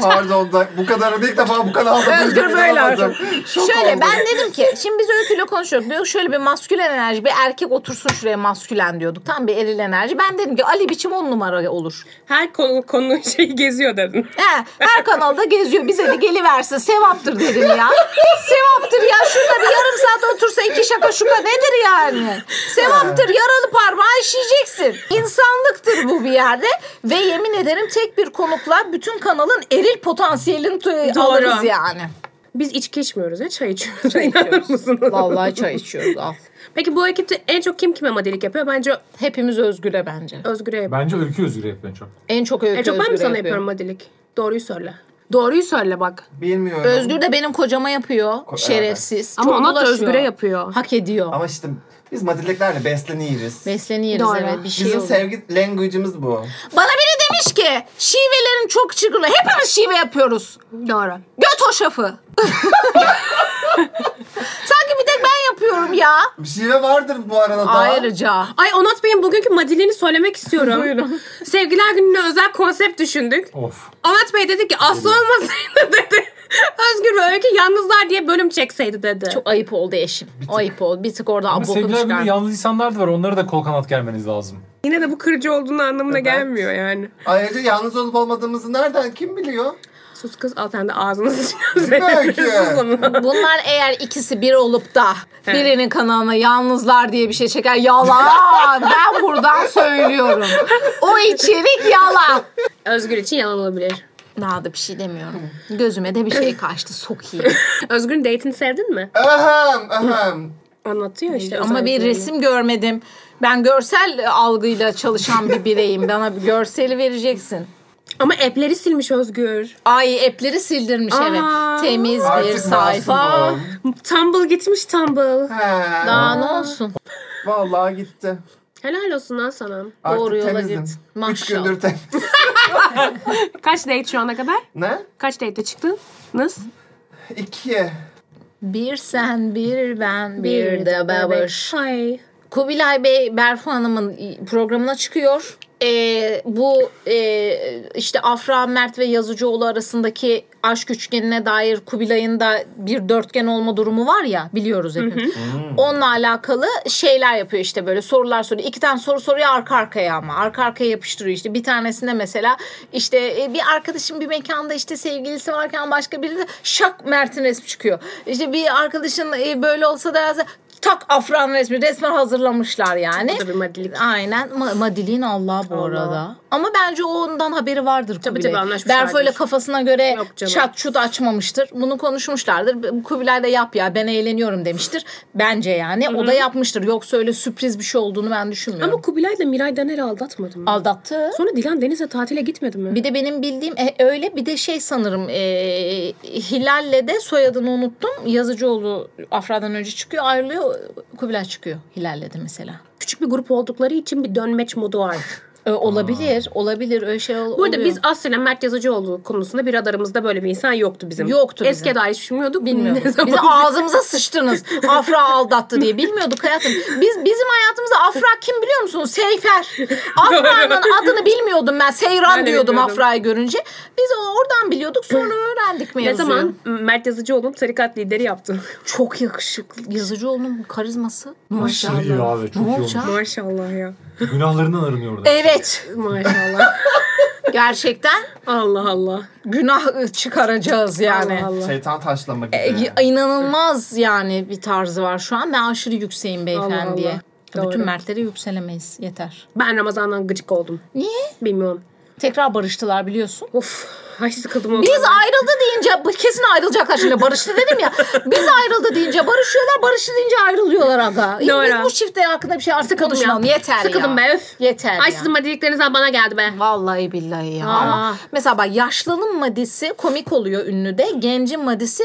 [SPEAKER 4] Pardon da bu kadar ilk defa bu kanalda
[SPEAKER 2] Özgür
[SPEAKER 4] duydum,
[SPEAKER 2] böyle
[SPEAKER 4] inanamadım. Şok
[SPEAKER 2] Şöyle
[SPEAKER 4] oldum.
[SPEAKER 2] ben dedim ki şimdi biz öyküyle konuşuyorduk. Diyor şöyle bir maskülen enerji bir erkek otursun şuraya maskülen diyorduk. Tam bir eril enerji. Ben dedim ki Ali biçim on numara olur.
[SPEAKER 1] Her konu, konu şey geziyor dedin.
[SPEAKER 2] He, her kanalda geziyor. Bize de geliversin. Sevaptır dedim ya. Sevaptır ya. Şurada bir yarım saat otursa iki şaka şuka nedir yani? Sevaptır. Yaralı parmağı işeyeceksin. İnsanlıktır bu bir yerde. Ve yemin ederim tek bir konukla bütün kanalın eril potansiyelini tu-
[SPEAKER 1] Doğru.
[SPEAKER 2] alırız yani.
[SPEAKER 1] Biz içki içmiyoruz ya çay içiyoruz. İnanır mısınız?
[SPEAKER 2] Vallahi çay içiyoruz al.
[SPEAKER 1] Peki bu ekipte en çok kim kime modelik yapıyor? Bence
[SPEAKER 2] Hepimiz özgüre bence.
[SPEAKER 1] Özgür'e yapıyor.
[SPEAKER 3] Bence ülke özgürü yapıyor çok.
[SPEAKER 2] En çok öykü
[SPEAKER 1] En E, çok ben mi
[SPEAKER 2] Özgür'e
[SPEAKER 1] sana yapıyorum
[SPEAKER 2] yapıyorum.
[SPEAKER 1] modelik? Doğruyu söyle. Doğruyu söyle bak.
[SPEAKER 4] Bilmiyorum.
[SPEAKER 2] Özgür de benim kocama yapıyor. Şerefsiz.
[SPEAKER 1] Ama
[SPEAKER 2] Çok
[SPEAKER 1] ona da
[SPEAKER 2] bulaşıyor.
[SPEAKER 1] Özgür'e yapıyor.
[SPEAKER 2] Hak ediyor.
[SPEAKER 4] Ama işte biz madrideklerle besleniyoruz.
[SPEAKER 2] Besleniyoruz
[SPEAKER 1] Doğru.
[SPEAKER 2] evet bir şey
[SPEAKER 4] Bizim
[SPEAKER 2] olur.
[SPEAKER 4] sevgi language'imiz bu.
[SPEAKER 2] Bana biri demiş ki şivelerin çok çılgını. Hepimiz şive yapıyoruz.
[SPEAKER 1] Doğru.
[SPEAKER 2] Göt hoşafı. Sanki bir tek ben yapıyorum ya.
[SPEAKER 4] Bir şive vardır bu arada da.
[SPEAKER 2] Ayrıca.
[SPEAKER 1] Ay Onat Bey'in bugünkü madilini söylemek istiyorum.
[SPEAKER 2] Buyurun.
[SPEAKER 1] Sevgiler gününe özel konsept düşündük.
[SPEAKER 3] Of.
[SPEAKER 1] Onat Bey dedi ki aslı olmasaydı dedi. Özgür ve Öykü yalnızlar diye bölüm çekseydi dedi.
[SPEAKER 2] Çok ayıp oldu eşim. Ayıp oldu. Bir tık orada
[SPEAKER 3] Ama
[SPEAKER 2] abokunu
[SPEAKER 3] sevgiler günü
[SPEAKER 2] çıkar.
[SPEAKER 3] yalnız insanlar da var. Onlara da kol kanat gelmeniz lazım.
[SPEAKER 1] Yine de bu kırıcı olduğunun anlamına
[SPEAKER 4] Evet.
[SPEAKER 1] gelmiyor yani.
[SPEAKER 4] Ayrıca yalnız olup olmadığımızı nereden kim biliyor?
[SPEAKER 1] Sus kız al sen de ağzını sıçıyorsun.
[SPEAKER 4] Öykü.
[SPEAKER 1] Sus ama.
[SPEAKER 2] Bunlar eğer ikisi bir olup da birinin kanalına yalnızlar diye bir şey çeker. Yalan. ben buradan söylüyorum. O içerik yalan.
[SPEAKER 1] Özgür için yalan olabilir.
[SPEAKER 2] Daha da bir şey demiyorum. Gözüme de bir şey kaçtı. Sokayım.
[SPEAKER 1] Özgür'ün date'ini sevdin mi?
[SPEAKER 4] Ahem ahem.
[SPEAKER 1] Anlatıyor işte.
[SPEAKER 2] E, Ama bir
[SPEAKER 1] özelliklerini.
[SPEAKER 2] resim görmedim. Ben görsel e, algıyla çalışan bir bireyim. Bana bir görseli vereceksin.
[SPEAKER 1] Ama app'leri silmiş Özgür.
[SPEAKER 2] Ay epleri sildirmiş evet. Temiz bir
[SPEAKER 4] Artık
[SPEAKER 2] sayfa.
[SPEAKER 4] masumum.
[SPEAKER 1] Tumble gitmiş Tumble.
[SPEAKER 4] He,
[SPEAKER 2] Daha ne olsun.
[SPEAKER 4] Vallahi gitti.
[SPEAKER 1] Helal olsun lan sana.
[SPEAKER 4] Artık
[SPEAKER 2] Doğru yola
[SPEAKER 4] temizim.
[SPEAKER 2] git.
[SPEAKER 4] Üç
[SPEAKER 2] Maşallah.
[SPEAKER 4] gündür temiz.
[SPEAKER 1] Kaç date şu ana kadar?
[SPEAKER 4] ne?
[SPEAKER 1] Kaç date'e çıktın? Nasıl?
[SPEAKER 4] İkiye.
[SPEAKER 2] Bir sen bir ben bir de babuş.
[SPEAKER 1] Ay.
[SPEAKER 2] Kubilay Bey Berfu Hanım'ın programına çıkıyor. Ee, bu e, işte Afra Mert ve Yazıcıoğlu arasındaki aşk üçgenine dair Kubilay'ın da bir dörtgen olma durumu var ya biliyoruz hepimiz.
[SPEAKER 1] Hmm.
[SPEAKER 2] Onunla alakalı şeyler yapıyor işte böyle sorular soruyor. İki tane soru soruyor arka arkaya ama arka arkaya yapıştırıyor işte. Bir tanesinde mesela işte e, bir arkadaşım bir mekanda işte sevgilisi varken başka biri de şak Mert'in resmi çıkıyor. İşte bir arkadaşın e, böyle olsa da tak afran resmi resmen hazırlamışlar yani.
[SPEAKER 1] Bu da bir madilik.
[SPEAKER 2] Aynen. Ma- Madiliğin Allah bu
[SPEAKER 1] Allah.
[SPEAKER 2] arada. Ama bence o ondan haberi vardır Kubilay.
[SPEAKER 1] tabii, anlaşmışlardır.
[SPEAKER 2] Berfo ile kafasına göre
[SPEAKER 1] Yok canım.
[SPEAKER 2] çat çut açmamıştır. Bunu konuşmuşlardır. Kubilay da yap ya ben eğleniyorum demiştir. Bence yani. O da yapmıştır. Yoksa öyle sürpriz bir şey olduğunu ben düşünmüyorum.
[SPEAKER 1] Ama Kubilay da Miray Daner'i aldatmadı mı?
[SPEAKER 2] Aldattı.
[SPEAKER 1] Sonra Dilan Deniz'le tatile gitmedi mi?
[SPEAKER 2] Bir de benim bildiğim e, öyle bir de şey sanırım e, Hilal'le de soyadını unuttum. Yazıcıoğlu Afra'dan önce çıkıyor ayrılıyor. Kubilay çıkıyor Hilal'le de mesela.
[SPEAKER 1] Küçük bir grup oldukları için bir dönmeç modu var.
[SPEAKER 2] E, olabilir olabilir öyle şey ol-
[SPEAKER 1] Burada
[SPEAKER 2] oluyor.
[SPEAKER 1] biz Aslen'e Mert Yazıcıoğlu konusunda bir radarımızda böyle bir insan yoktu bizim.
[SPEAKER 2] Yoktu bizim.
[SPEAKER 1] Eskiye dair hiç bilmiyorduk.
[SPEAKER 2] bilmiyorduk.
[SPEAKER 1] Ne zaman-
[SPEAKER 2] Bizi ağzımıza sıçtınız. Afra aldattı diye bilmiyorduk hayatım. Biz bizim hayatımızda Afra kim biliyor musunuz? Seyfer. Afra'nın adını bilmiyordum ben. Seyran
[SPEAKER 1] Ben de
[SPEAKER 2] diyordum
[SPEAKER 1] bilmiyordum.
[SPEAKER 2] Afra'yı görünce. Biz oradan biliyorduk. Sonra öğrendik mevzuyu.
[SPEAKER 1] Ne zaman Mert Yazıcıoğlu'nun tarikat lideri yaptı.
[SPEAKER 2] Çok yakışıklı. Yazıcıoğlu'nun karizması.
[SPEAKER 3] Aşırı iyi abi, çok
[SPEAKER 2] Ne
[SPEAKER 3] iyi
[SPEAKER 2] olacak? E,
[SPEAKER 1] Maşallah ya.
[SPEAKER 3] Günahlarından arınıyor orada.
[SPEAKER 2] Evet.
[SPEAKER 1] Maşallah.
[SPEAKER 2] Gerçekten
[SPEAKER 1] Allah Allah.
[SPEAKER 2] günah ıı, çıkaracağız yani.
[SPEAKER 1] Allah Allah.
[SPEAKER 4] Şeytan taşlama gibi.
[SPEAKER 2] E, İnanılmaz yani bir tarzı var şu an. Ben aşırı yükseğim beyefendiye.
[SPEAKER 1] Allah. Doğru.
[SPEAKER 2] Bütün Mertlere yükselemeyiz. Yeter.
[SPEAKER 1] Ben Ramazan'dan gıcık oldum.
[SPEAKER 2] Niye?
[SPEAKER 1] Bilmiyorum.
[SPEAKER 2] Tekrar barıştılar biliyorsun.
[SPEAKER 1] Of. Ay sıkıldım. o
[SPEAKER 2] Biz
[SPEAKER 1] zaman.
[SPEAKER 2] ayrıldı deyince bu kesin ayrılacaklar şimdi. Barıştı dedim ya. Biz ayrıldı deyince barışıyorlar. Barıştı deyince ayrılıyorlar aga. Biz
[SPEAKER 1] Doğru.
[SPEAKER 2] bu çifte hakkında bir şey artık
[SPEAKER 1] Sıkıldım ya.
[SPEAKER 2] konuşmayalım. Yeter
[SPEAKER 1] Sıkıldım
[SPEAKER 2] ya.
[SPEAKER 1] be öf.
[SPEAKER 2] Yeter
[SPEAKER 1] Ay
[SPEAKER 2] ya.
[SPEAKER 1] sizin madiliklerinizden bana geldi be.
[SPEAKER 2] Vallahi billahi ya.
[SPEAKER 1] Aa.
[SPEAKER 2] Mesela bak yaşlının madisi komik oluyor ünlü de. Gencin madisi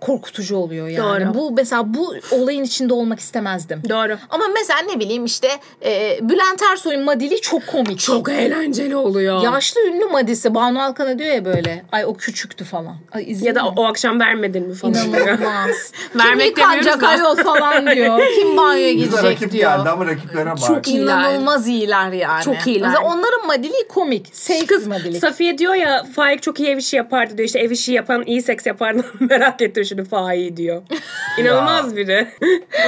[SPEAKER 2] korkutucu oluyor yani.
[SPEAKER 1] Doğru.
[SPEAKER 2] Bu mesela bu olayın içinde olmak istemezdim.
[SPEAKER 1] Doğru.
[SPEAKER 2] Ama mesela ne bileyim işte e, Bülent Ersoy'un madili çok komik.
[SPEAKER 1] Çok eğlenceli oluyor.
[SPEAKER 2] Yaşlı ünlü madisi Banu Alkan'a diyor ya böyle. Ay o küçüktü falan. Ay, izin
[SPEAKER 1] ya da o, o akşam vermedin mi falan.
[SPEAKER 2] İnanılmaz. Kim
[SPEAKER 1] Vermek
[SPEAKER 2] yıkanacak
[SPEAKER 1] demiyoruz da.
[SPEAKER 2] ayol falan diyor. Kim banyoya
[SPEAKER 4] Bize
[SPEAKER 2] gidecek
[SPEAKER 4] rakip
[SPEAKER 2] diyor.
[SPEAKER 4] geldi ama rakiplere bak.
[SPEAKER 1] Çok iyi. iyiler.
[SPEAKER 2] İnanılmaz iyiler yani.
[SPEAKER 1] Çok iyiler.
[SPEAKER 2] Mesela onların madili komik. Safe
[SPEAKER 1] Kız
[SPEAKER 2] madilik.
[SPEAKER 1] Safiye diyor ya Faik çok iyi ev işi yapardı diyor. İşte ev işi yapan iyi seks yapardı. Merak ettim şimdi Faik'i diyor. İnanılmaz biri.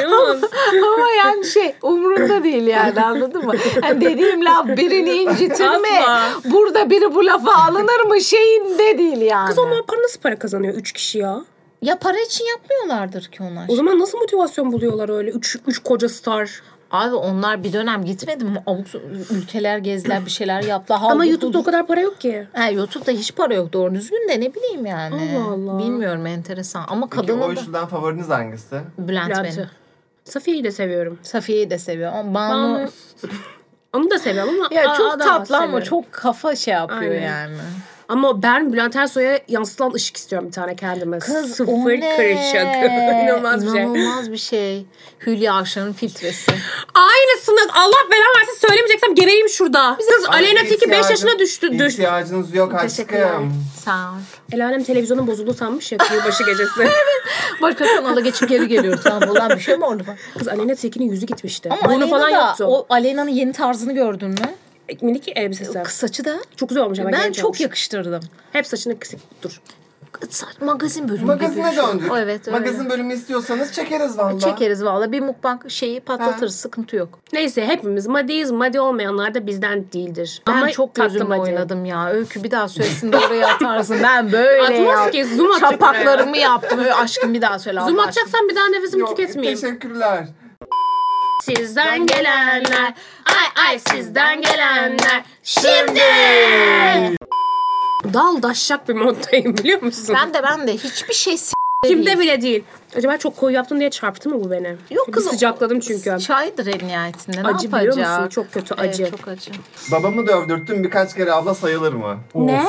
[SPEAKER 1] İnanılmaz.
[SPEAKER 2] Ama yani şey umurunda değil yani anladın mı? Yani dediğim laf birini incitir mi?
[SPEAKER 1] Asla.
[SPEAKER 2] Burada biri bu lafa alınır mı şeyinde değil yani.
[SPEAKER 1] Kız onlar para nasıl para kazanıyor? Üç kişi ya.
[SPEAKER 2] Ya para için yapmıyorlardır ki onlar.
[SPEAKER 1] O zaman nasıl motivasyon buluyorlar öyle? Üç, üç koca star.
[SPEAKER 2] Abi onlar bir dönem gitmedi mi? Avuk ülkeler gezdiler bir şeyler yaptılar.
[SPEAKER 1] Ama YouTube'da o kadar para yok ki.
[SPEAKER 2] Ha, YouTube'da hiç para yok doğru düzgün de ne bileyim yani.
[SPEAKER 1] Allah Allah.
[SPEAKER 2] Bilmiyorum enteresan. Ama
[SPEAKER 4] Peki o
[SPEAKER 2] kadının da
[SPEAKER 4] üçlüden favoriniz hangisi?
[SPEAKER 2] Bülent, benim.
[SPEAKER 1] Bülent'i. Safiye'yi de seviyorum.
[SPEAKER 2] Safiye'yi de seviyor. Ama Banu...
[SPEAKER 1] Banu- Onu da seviyorum ama
[SPEAKER 2] Ya
[SPEAKER 1] Aa,
[SPEAKER 2] çok
[SPEAKER 1] daha
[SPEAKER 2] tatlı ama
[SPEAKER 1] seviyorum.
[SPEAKER 2] çok kafa şey yapıyor
[SPEAKER 1] Aynen.
[SPEAKER 2] yani.
[SPEAKER 1] Ama ben Bülent Ersoy'a yansıtılan ışık istiyorum bir tane kendime.
[SPEAKER 2] Kız
[SPEAKER 1] Sıfır
[SPEAKER 2] o ne?
[SPEAKER 1] kırışık. İnanılmaz bir şey.
[SPEAKER 2] İnanılmaz bir şey. Hülya Avşar'ın filtresi.
[SPEAKER 1] Aynısını Allah belanı versin söylemeyeceksem gebereyim şurada. Kız Aleyna Tilki 5 yaşına düştü. Düş.
[SPEAKER 4] İhtiyacınız yok
[SPEAKER 1] Teşekkürler.
[SPEAKER 4] aşkım.
[SPEAKER 2] Sağ ol.
[SPEAKER 1] El alem televizyonun bozuldu sanmış ya yılbaşı gecesi.
[SPEAKER 2] Başka kanala geçip geri geliyoruz. Tamam olan bir şey mi oldu? bak?
[SPEAKER 1] Kız Aleyna Tilki'nin yüzü gitmişti.
[SPEAKER 2] Ama
[SPEAKER 1] Burnu
[SPEAKER 2] Aleyna
[SPEAKER 1] falan
[SPEAKER 2] da,
[SPEAKER 1] yoktu. E,
[SPEAKER 2] O Aleyna'nın yeni tarzını gördün mü?
[SPEAKER 1] Minik elbisesi.
[SPEAKER 2] Kıs saçı da.
[SPEAKER 1] Çok güzel olmuş ama
[SPEAKER 2] Ben
[SPEAKER 1] genç
[SPEAKER 2] çok
[SPEAKER 1] olmuş.
[SPEAKER 2] yakıştırdım.
[SPEAKER 1] Hep saçını kısık dur.
[SPEAKER 2] Sa- Magazin bölümü
[SPEAKER 4] Magazine
[SPEAKER 2] gibi.
[SPEAKER 4] döndük.
[SPEAKER 2] Evet öyle.
[SPEAKER 4] Magazin bölümü istiyorsanız çekeriz valla.
[SPEAKER 2] Çekeriz valla. Bir mukbang şeyi patlatırız. Sıkıntı yok.
[SPEAKER 1] Neyse hepimiz madiyiz. Madi olmayanlar da bizden değildir.
[SPEAKER 2] Ben
[SPEAKER 1] Ama
[SPEAKER 2] çok
[SPEAKER 1] tatlı
[SPEAKER 2] gözümle
[SPEAKER 1] madi.
[SPEAKER 2] oynadım ya. Öykü bir daha söylesin de oraya atarsın. Ben böyle
[SPEAKER 1] Atmaz
[SPEAKER 2] yaptım.
[SPEAKER 1] ki, zoom atacak
[SPEAKER 2] Çapaklarımı yaptım. Öyle aşkım bir daha söyle.
[SPEAKER 1] Zoom
[SPEAKER 2] Allah
[SPEAKER 1] atacaksan bir daha nefesimi
[SPEAKER 4] Yok,
[SPEAKER 1] tüketmeyeyim.
[SPEAKER 4] Teşekkürler.
[SPEAKER 1] Sizden gelenler. Ay ay sizden gelenler. Şimdi. Dal daşşak bir moddayım biliyor musun?
[SPEAKER 2] aşkına. Ben de ben de hiçbir şey s-
[SPEAKER 1] Kimde bile değil. Acaba çok koyu yaptım diye çarptı mı bu beni?
[SPEAKER 2] Yok
[SPEAKER 1] Bir
[SPEAKER 2] kızım.
[SPEAKER 1] Sıcakladım çünkü.
[SPEAKER 2] Çaydır en nihayetinde. Ne
[SPEAKER 1] Acı biliyor
[SPEAKER 2] yapacak?
[SPEAKER 1] musun? Çok kötü
[SPEAKER 2] Evet,
[SPEAKER 1] acı.
[SPEAKER 2] çok acı.
[SPEAKER 4] Babamı dövdürttüm birkaç kere abla sayılır mı?
[SPEAKER 1] Ne?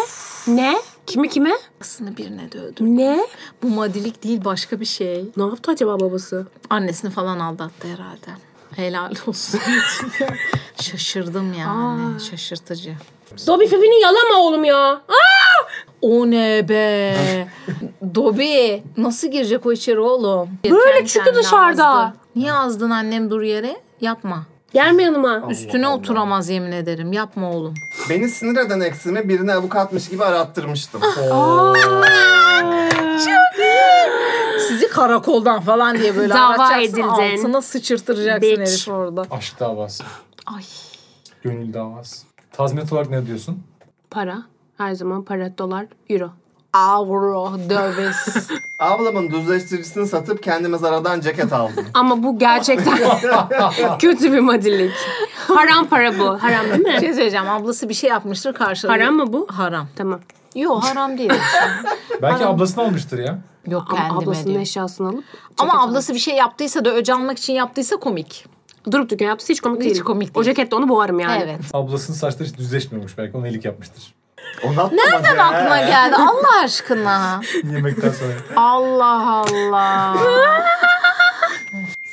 [SPEAKER 1] Ne? Kimi kime?
[SPEAKER 2] Babasını birine dövdü.
[SPEAKER 1] Ne?
[SPEAKER 2] Bu madilik değil başka bir şey.
[SPEAKER 1] Ne yaptı acaba babası?
[SPEAKER 2] Annesini falan aldattı herhalde. Helal olsun. Şaşırdım yani. Şaşırtıcı.
[SPEAKER 1] Dobby Fifi'nin yalama oğlum ya.
[SPEAKER 2] O ne be? Dobi nasıl girecek o içeri oğlum?
[SPEAKER 1] Böyle
[SPEAKER 2] Kendi
[SPEAKER 1] çıktı
[SPEAKER 2] kendine
[SPEAKER 1] dışarıda.
[SPEAKER 2] azdı. Niye azdın annem dur yere? Yapma.
[SPEAKER 1] Gelme yanıma.
[SPEAKER 2] Üstüne oturamaz yemin ederim. Yapma oğlum.
[SPEAKER 4] Beni sinir eden eksimi birine avukatmış gibi arattırmıştım.
[SPEAKER 2] Ah. Sizi karakoldan falan diye böyle
[SPEAKER 1] Dava
[SPEAKER 2] aratacaksın.
[SPEAKER 1] edildin.
[SPEAKER 2] Altına sıçırtıracaksın
[SPEAKER 1] Bitch.
[SPEAKER 2] herif orada.
[SPEAKER 3] Aşk davası.
[SPEAKER 2] Ay.
[SPEAKER 3] Gönül davası. Tazminat olarak ne diyorsun?
[SPEAKER 1] Para. Her zaman para, dolar, euro.
[SPEAKER 2] avro döviz.
[SPEAKER 4] Ablamın düzleştiricisini satıp kendime zaradan ceket aldım.
[SPEAKER 1] Ama bu gerçekten kötü bir madilik. Haram para bu. Haram değil
[SPEAKER 2] Bir
[SPEAKER 1] mi?
[SPEAKER 2] şey söyleyeceğim. Ablası bir şey yapmıştır karşılığında.
[SPEAKER 1] Haram mı bu?
[SPEAKER 2] Haram.
[SPEAKER 1] Tamam.
[SPEAKER 2] Yok haram değil.
[SPEAKER 3] Belki ablasını almıştır ya.
[SPEAKER 2] Yok
[SPEAKER 1] Ama
[SPEAKER 2] kendime
[SPEAKER 1] ablasının
[SPEAKER 2] diyor.
[SPEAKER 1] eşyasını alıp
[SPEAKER 2] Ama ablası bir şey yaptıysa da öc almak için yaptıysa komik.
[SPEAKER 1] durup dükkan yapsa hiç komik
[SPEAKER 2] Hiç
[SPEAKER 1] değil.
[SPEAKER 2] komik
[SPEAKER 1] O
[SPEAKER 2] değil.
[SPEAKER 1] cekette onu boğarım yani.
[SPEAKER 2] Evet.
[SPEAKER 3] Ablasının saçları hiç düzleşmiyormuş. Belki ona iyilik yapmıştır.
[SPEAKER 4] Ondan
[SPEAKER 2] Nereden aklına geldi Allah aşkına?
[SPEAKER 3] Yemekten sonra.
[SPEAKER 2] Allah Allah.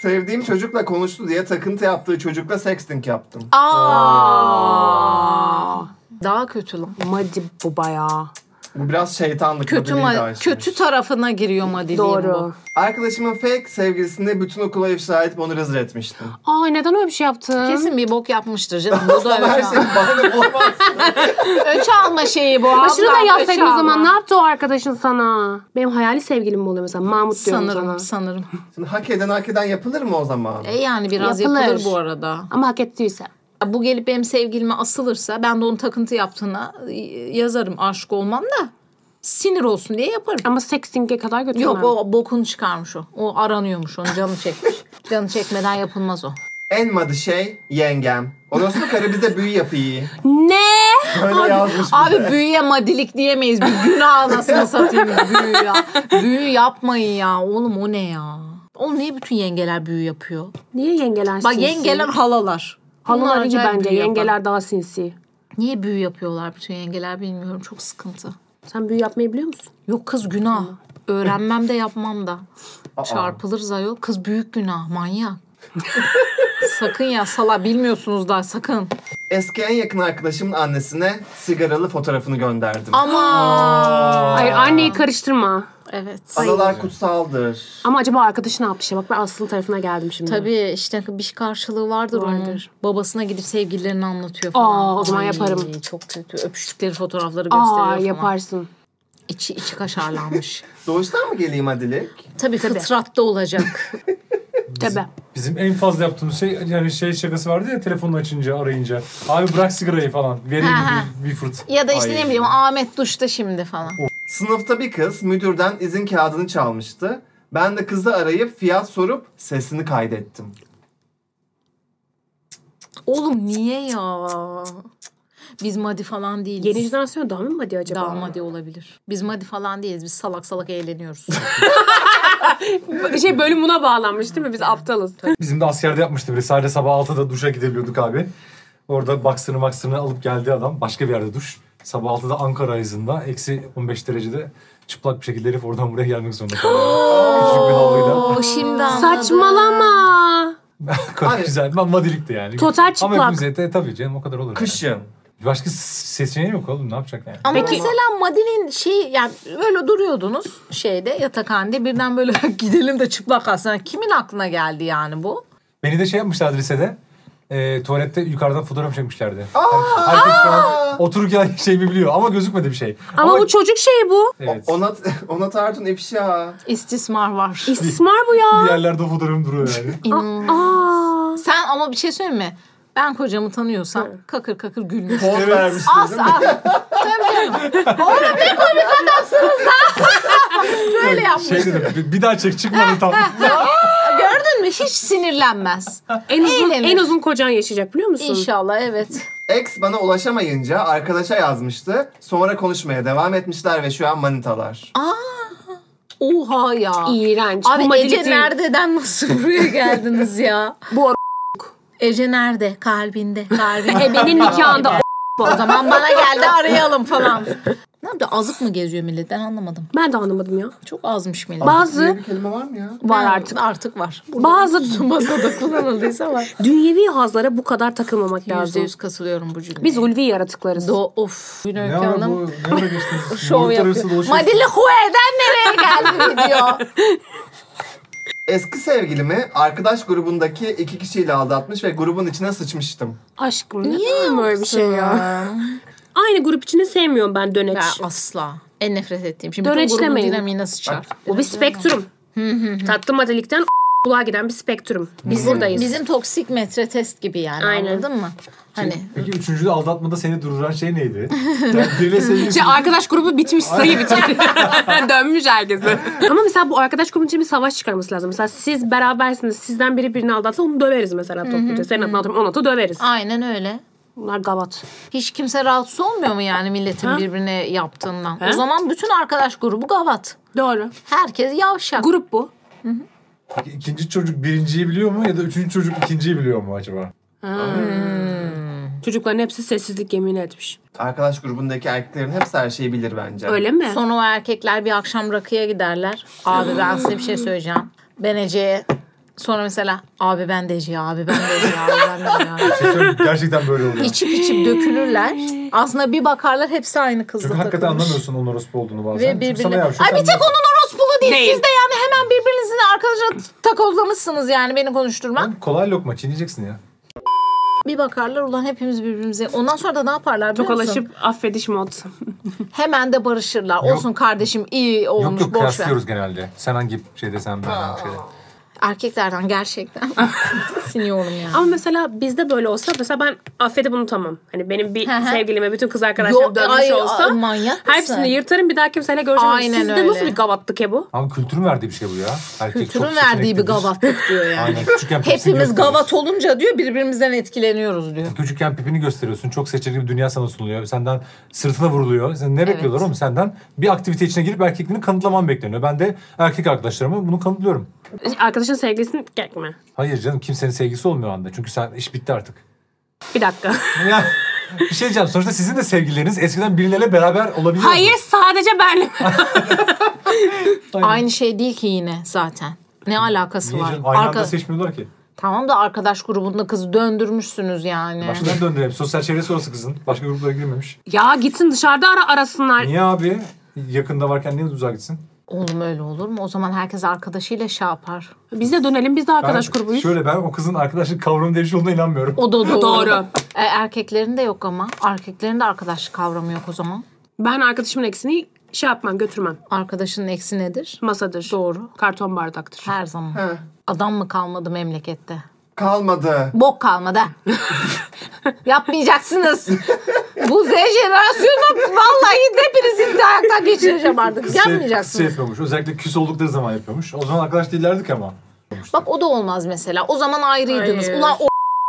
[SPEAKER 4] Sevdiğim çocukla konuştu diye takıntı yaptığı çocukla sexting yaptım.
[SPEAKER 2] Aa. Daha kötü lan.
[SPEAKER 1] Madi bu bayağı.
[SPEAKER 4] Bu biraz şeytanlık.
[SPEAKER 2] Kötü
[SPEAKER 4] bu
[SPEAKER 2] ma-
[SPEAKER 4] bilinç aşırı.
[SPEAKER 2] kötü tarafına giriyor madiliğin
[SPEAKER 1] Doğru.
[SPEAKER 4] Arkadaşımın fake sevgilisini bütün okula ifşa edip onu rezil etmiştim.
[SPEAKER 1] Aa neden öyle bir şey yaptın?
[SPEAKER 2] bu. Kesin bir bok yapmıştır canım. Bu da
[SPEAKER 4] Her
[SPEAKER 2] öç,
[SPEAKER 4] şey bahane bulamazsın.
[SPEAKER 2] öç alma şeyi bu.
[SPEAKER 1] Başını
[SPEAKER 2] ablam,
[SPEAKER 1] da
[SPEAKER 2] öç
[SPEAKER 1] yazsaydın o
[SPEAKER 2] alma.
[SPEAKER 1] zaman. Ne yaptı o arkadaşın sana? Benim hayali sevgilim mi oluyor mesela? Mahmut diyorum sana.
[SPEAKER 2] Sanırım sanırım.
[SPEAKER 4] Şimdi hak eden hak eden yapılır mı o zaman?
[SPEAKER 2] E yani biraz
[SPEAKER 1] Yapılır.
[SPEAKER 2] yapılır, bu arada.
[SPEAKER 1] Ama hak ettiyse.
[SPEAKER 2] Ya Bu gelip benim sevgilime asılırsa ben de onun takıntı yaptığına e, yazarım aşık olmam da sinir olsun diye yaparım.
[SPEAKER 1] Ama sexting'e kadar götürmem.
[SPEAKER 2] Yok o bokunu çıkarmış o. O aranıyormuş onun canı çekmiş. canı çekmeden yapılmaz o.
[SPEAKER 4] En madı şey yengem. Orospu karı bize büyü yapıyı.
[SPEAKER 1] Ne?
[SPEAKER 4] Böyle yazmış.
[SPEAKER 2] Abi büyüye madilik diyemeyiz. Bir günah anasını satayım büyü ya. Büyü yapmayın ya. Oğlum o ne ya? Oğlum niye bütün yengeler büyü yapıyor?
[SPEAKER 1] Niye yengeler
[SPEAKER 2] Bak
[SPEAKER 1] sinsi?
[SPEAKER 2] yengeler halalar. Bunlar
[SPEAKER 1] Halalar iyi
[SPEAKER 2] acayip
[SPEAKER 1] bence.
[SPEAKER 2] büyü yapar.
[SPEAKER 1] Yengeler daha sinsi.
[SPEAKER 2] Niye büyü yapıyorlar bütün yengeler bilmiyorum. Çok sıkıntı.
[SPEAKER 1] Sen büyü yapmayı biliyor musun?
[SPEAKER 2] Yok kız günah. Öğrenmem de yapmam da. Çarpılır zayo. Kız büyük günah. Manyak. sakın ya sala bilmiyorsunuz da sakın.
[SPEAKER 4] Eski en yakın arkadaşımın annesine sigaralı fotoğrafını gönderdim.
[SPEAKER 2] Ama.
[SPEAKER 1] Hayır anneyi karıştırma.
[SPEAKER 2] Evet.
[SPEAKER 4] Adalar kutsaldır.
[SPEAKER 1] Ama acaba arkadaşı ne yapmış ya? Bak ben Aslı'nın tarafına geldim şimdi.
[SPEAKER 2] Tabii işte bir karşılığı vardır,
[SPEAKER 1] Vardır.
[SPEAKER 2] onun. Babasına gidip sevgililerini anlatıyor falan.
[SPEAKER 1] Aa, o zaman
[SPEAKER 2] Ay,
[SPEAKER 1] yaparım.
[SPEAKER 2] Çok kötü. Öpüştükleri fotoğrafları gösteriyor
[SPEAKER 1] Aa
[SPEAKER 2] falan.
[SPEAKER 1] yaparsın.
[SPEAKER 2] İçi, içi kaşarlanmış.
[SPEAKER 4] Doğuştan mı geleyim Adilik?
[SPEAKER 2] tabii fıtratta olacak.
[SPEAKER 1] Tabii.
[SPEAKER 3] Bizim en fazla yaptığımız şey yani şey şakası vardı ya telefonunu açınca arayınca. Abi bırak sigarayı falan. Vereyim
[SPEAKER 2] Ha.
[SPEAKER 3] bir, bir fırt.
[SPEAKER 2] ya da işte
[SPEAKER 4] Ay.
[SPEAKER 2] ne bileyim Ahmet duşta şimdi falan.
[SPEAKER 4] Sınıfta bir kız müdürden izin kağıdını çalmıştı. Ben de kızı arayıp fiyat sorup sesini kaydettim.
[SPEAKER 2] Oğlum niye ya? Biz madi falan değiliz.
[SPEAKER 1] Yeni jenerasyon daha mı madi acaba?
[SPEAKER 2] Daha madi olabilir. Biz madi falan değiliz. Biz salak salak eğleniyoruz.
[SPEAKER 1] Şey bölüm buna bağlanmış değil mi? Biz aptalız.
[SPEAKER 3] Bizim de askerde yapmıştı biri. Sadece sabah 6'da duşa gidebiliyorduk abi. Orada baksırını baksırını alıp geldi adam. Başka bir yerde duş. Sabah 6'da Ankara ayızında. Eksi 15 derecede çıplak bir şekilde herif oradan buraya gelmek zorunda kalıyor. Küçük bir havluyla.
[SPEAKER 2] o şimdi anladım.
[SPEAKER 1] Saçmalama.
[SPEAKER 3] Kadar
[SPEAKER 4] Abi.
[SPEAKER 3] güzel. Ben madilikti yani.
[SPEAKER 1] Total çıplak.
[SPEAKER 3] Ama hepimiz de tabii canım o kadar olur. yani.
[SPEAKER 4] Kışın.
[SPEAKER 3] Başka seçeneği yok oğlum ne yapacak yani.
[SPEAKER 2] Ama
[SPEAKER 1] Peki-
[SPEAKER 2] mesela Madil'in şeyi yani öyle duruyordunuz şeyde yatakhanede birden böyle gidelim de çıplak aslında. Kimin aklına geldi yani bu?
[SPEAKER 3] Beni de şey yapmışlardı lisede. E, tuvalette yukarıdan fotoğraf çekmişlerdi. Her- Herkes şu an otururken şeyimi biliyor ama gözükmedi bir şey.
[SPEAKER 1] Ama bu çocuk şeyi bu.
[SPEAKER 3] Evet.
[SPEAKER 4] Onat, Onat Artun ifşa.
[SPEAKER 2] İstismar var.
[SPEAKER 1] İstismar bu
[SPEAKER 3] Bir
[SPEAKER 1] ya.
[SPEAKER 3] yerlerde o fotoğrafım duruyor yani.
[SPEAKER 2] Ah. İnanılmaz.
[SPEAKER 1] Aa.
[SPEAKER 2] Sen ama bir şey söyleyeyim mi? Ben kocamı tanıyorsam kakır kakır gülmüş.
[SPEAKER 4] Poz vermiş.
[SPEAKER 2] As as. Tabii canım. Oğlum ne komik adamsınız lan. Böyle yapmış.
[SPEAKER 3] Şey dedim "Bir- bir daha çek çıkmadı tam.
[SPEAKER 2] Gördün mü? Hiç sinirlenmez.
[SPEAKER 1] En uzun,
[SPEAKER 2] Eğlenir.
[SPEAKER 1] en uzun kocan yaşayacak biliyor musun?
[SPEAKER 2] İnşallah evet.
[SPEAKER 4] Ex bana ulaşamayınca arkadaşa yazmıştı. Sonra konuşmaya devam etmişler ve şu an manitalar.
[SPEAKER 2] Oha ya.
[SPEAKER 1] İğrenç. bu
[SPEAKER 2] Abi
[SPEAKER 1] madilik
[SPEAKER 2] Ece
[SPEAKER 1] değil.
[SPEAKER 2] nerededen nasıl buraya geldiniz ya?
[SPEAKER 1] Bu ara-
[SPEAKER 2] Ece nerede? Kalbinde. Kalbinde.
[SPEAKER 1] Ebenin nikahında.
[SPEAKER 2] o E, zaman bana geldi arayalım falan. Ne yaptı? Azık mı geziyor millet? Ben anlamadım.
[SPEAKER 1] Ben de anlamadım ya.
[SPEAKER 2] Çok azmış millet.
[SPEAKER 4] Diye
[SPEAKER 1] Bazı
[SPEAKER 4] bir kelime var mı ya?
[SPEAKER 1] var artık.
[SPEAKER 2] Artık var.
[SPEAKER 1] Bazı
[SPEAKER 2] Masada kullanıldıysa var.
[SPEAKER 1] dünyevi hazlara bu kadar takılmamak lazım.
[SPEAKER 2] %100 kasılıyorum bu cümleye.
[SPEAKER 1] Biz ulvi yaratıklarız.
[SPEAKER 2] Do of. Güney
[SPEAKER 3] ne ara
[SPEAKER 2] Hanım
[SPEAKER 3] bu? Ne ara geçtiniz?
[SPEAKER 2] şov yapıyor. Madili Hue'den nereye geldi diyor.
[SPEAKER 4] Eski sevgilimi arkadaş grubundaki iki kişiyle aldatmış ve grubun içine sıçmıştım.
[SPEAKER 1] Aşkım niye böyle bir şey ya? Aynı grup içinde sevmiyorum ben döneç.
[SPEAKER 2] Ben asla. En nefret ettiğim. Şimdi
[SPEAKER 1] Döneçlemeyin.
[SPEAKER 2] bütün grubun dinamiği nasıl çar?
[SPEAKER 1] o bir spektrum. Tatlı madalikten buluğa giden bir spektrum. Biz buradayız.
[SPEAKER 2] Bizim toksik metre test gibi yani
[SPEAKER 1] Aynen.
[SPEAKER 2] anladın mı? Hani
[SPEAKER 3] Peki üçüncüde aldatmada seni durduran şey neydi? Yani biriyle sevgilisi...
[SPEAKER 5] Şey, arkadaş grubu bitmiş sayı bitmiş. Dönmüş herkese.
[SPEAKER 1] Ama mesela bu arkadaş grubun için bir savaş çıkarması lazım. Mesela siz berabersiniz. Sizden biri birini aldatsa onu döveriz mesela topluca. Senin adını atıyorum. Onun atı döveriz.
[SPEAKER 2] aynen öyle.
[SPEAKER 1] Bunlar gavat.
[SPEAKER 2] Hiç kimse rahatsız olmuyor mu yani milletin birbirine yaptığından? O zaman bütün arkadaş grubu gavat.
[SPEAKER 1] Doğru.
[SPEAKER 2] Herkes yavşak.
[SPEAKER 1] Grup bu.
[SPEAKER 3] Peki ikinci çocuk birinciyi biliyor mu ya da üçüncü çocuk ikinciyi biliyor mu acaba?
[SPEAKER 1] Çocukların hepsi sessizlik yemin etmiş.
[SPEAKER 4] Arkadaş grubundaki erkeklerin hepsi her şeyi bilir bence.
[SPEAKER 1] Öyle mi?
[SPEAKER 2] Sonra o erkekler bir akşam rakıya giderler. Abi ben size bir şey söyleyeceğim. Ben Ece'ye sonra mesela abi ben de Ece'ye abi ben de Ece'ye abi ben de Ece'ye. abi."
[SPEAKER 3] Sektör Şey gerçekten böyle oluyor.
[SPEAKER 2] İçip içip dökülürler. Aslında bir bakarlar hepsi aynı kızla
[SPEAKER 3] Çünkü hakikaten
[SPEAKER 2] takılmış.
[SPEAKER 3] anlamıyorsun onun orospu olduğunu bazen.
[SPEAKER 2] Ve
[SPEAKER 3] Çünkü sana
[SPEAKER 2] birbirine... Ay bir
[SPEAKER 3] yavşıyor,
[SPEAKER 2] tek
[SPEAKER 3] sen
[SPEAKER 2] onun
[SPEAKER 3] biliyorsun.
[SPEAKER 2] orospulu değil.
[SPEAKER 1] Değil.
[SPEAKER 2] Siz de yani hemen birbirinizin arkadaşına takozlamışsınız yani beni konuşturma.
[SPEAKER 3] Kolay lokma çiğneyeceksin ya.
[SPEAKER 2] Bir bakarlar ulan hepimiz birbirimize. Ondan sonra da ne yaparlar biliyor musun?
[SPEAKER 1] Tokalaşıp affediş mod.
[SPEAKER 2] Hemen de barışırlar. Olsun kardeşim iyi olmuş
[SPEAKER 3] Yok yok
[SPEAKER 2] boş ver.
[SPEAKER 3] kıyaslıyoruz genelde. Sen hangi şeyde sen ben hangi şey şeyde.
[SPEAKER 2] Erkeklerden gerçekten. Siniyorum ya.
[SPEAKER 1] Ama mesela bizde böyle olsa mesela ben affedip unutamam. Hani benim bir
[SPEAKER 2] hı.
[SPEAKER 1] sevgilime bütün kız arkadaşlarım
[SPEAKER 2] Yok,
[SPEAKER 1] dönmüş
[SPEAKER 2] ay,
[SPEAKER 1] olsa
[SPEAKER 2] ay, manyak mısın?
[SPEAKER 1] hepsini yırtarım bir daha kimseyle görüşemem.
[SPEAKER 2] Aynen
[SPEAKER 1] Sizde
[SPEAKER 2] öyle.
[SPEAKER 1] nasıl bir gavatlık ya bu?
[SPEAKER 3] Ama kültürün verdiği bir şey bu ya. Erkek
[SPEAKER 2] Kültürün
[SPEAKER 3] çok
[SPEAKER 2] verdiği bir
[SPEAKER 3] yeteneklidir.
[SPEAKER 2] gavatlık diyor yani.
[SPEAKER 3] Aynen, küçükken pipini
[SPEAKER 2] Hepimiz
[SPEAKER 3] gösterir.
[SPEAKER 2] gavat olunca diyor birbirimizden etkileniyoruz diyor.
[SPEAKER 3] Küçükken pipini gösteriyorsun. Çok seçenekli bir dünya sana sunuluyor. Senden sırtına vuruluyor. Sen ne bekliyorlar oğlum senden? Bir aktivite içine girip erkekliğini kanıtlaman bekleniyor. Ben de erkek arkadaşlarıma bunu kanıtlıyorum.
[SPEAKER 1] Arkadaşın sevgilisini gerek mi?
[SPEAKER 3] Hayır canım kimsenin sevgisi olmuyor o anda. Çünkü sen iş bitti artık.
[SPEAKER 1] Bir dakika.
[SPEAKER 3] Ya, bir şey diyeceğim. Sonuçta sizin de sevgilileriniz eskiden birileriyle beraber olabiliyor. mu?
[SPEAKER 1] Hayır sadece benle.
[SPEAKER 2] Aynı şey değil ki yine zaten. Ne alakası
[SPEAKER 3] Niye
[SPEAKER 2] var?
[SPEAKER 3] canım? Aynı
[SPEAKER 2] Arka-
[SPEAKER 3] anda seçmiyorlar ki.
[SPEAKER 2] Tamam da arkadaş grubunda kızı döndürmüşsünüz yani.
[SPEAKER 3] Başkadan döndü hep. Sosyal çevresi orası kızın. Başka gruplara girmemiş.
[SPEAKER 1] ya gitsin dışarıda ara arasınlar.
[SPEAKER 3] Niye abi? Yakında varken niye uzağa gitsin?
[SPEAKER 2] Oğlum öyle olur mu? O zaman herkes arkadaşıyla şey yapar.
[SPEAKER 1] Biz de dönelim biz de arkadaş
[SPEAKER 3] Ben-
[SPEAKER 1] grubuyuz.
[SPEAKER 3] Şöyle ben o kızın arkadaşlık kavramı değişik olduğuna inanmıyorum.
[SPEAKER 2] O da doğru.
[SPEAKER 1] Doğru.
[SPEAKER 2] E, erkeklerin de yok ama. Erkeklerin de arkadaşlık kavramı yok o zaman.
[SPEAKER 1] Ben arkadaşımın eksini şey yapmam götürmem.
[SPEAKER 2] Arkadaşının eksi nedir?
[SPEAKER 1] Masadır. Doğru. Karton bardaktır.
[SPEAKER 2] Her zaman.
[SPEAKER 4] He.
[SPEAKER 2] Adam mı kalmadı memlekette?
[SPEAKER 4] Kalmadı.
[SPEAKER 2] Bok kalmadı. Yapmayacaksınız. Bu Z jenerasyonu vallahi hepinizi de ayaktan geçireceğim artık.
[SPEAKER 3] Kız şey- kız şey
[SPEAKER 2] Yapmayacaksınız.
[SPEAKER 3] yapıyormuş. Özellikle küs oldukları zaman yapıyormuş. O zaman arkadaş değillerdik ama.
[SPEAKER 2] Bak o da olmaz mesela. O zaman ayrıydınız.
[SPEAKER 1] Hayır.
[SPEAKER 2] Ulan o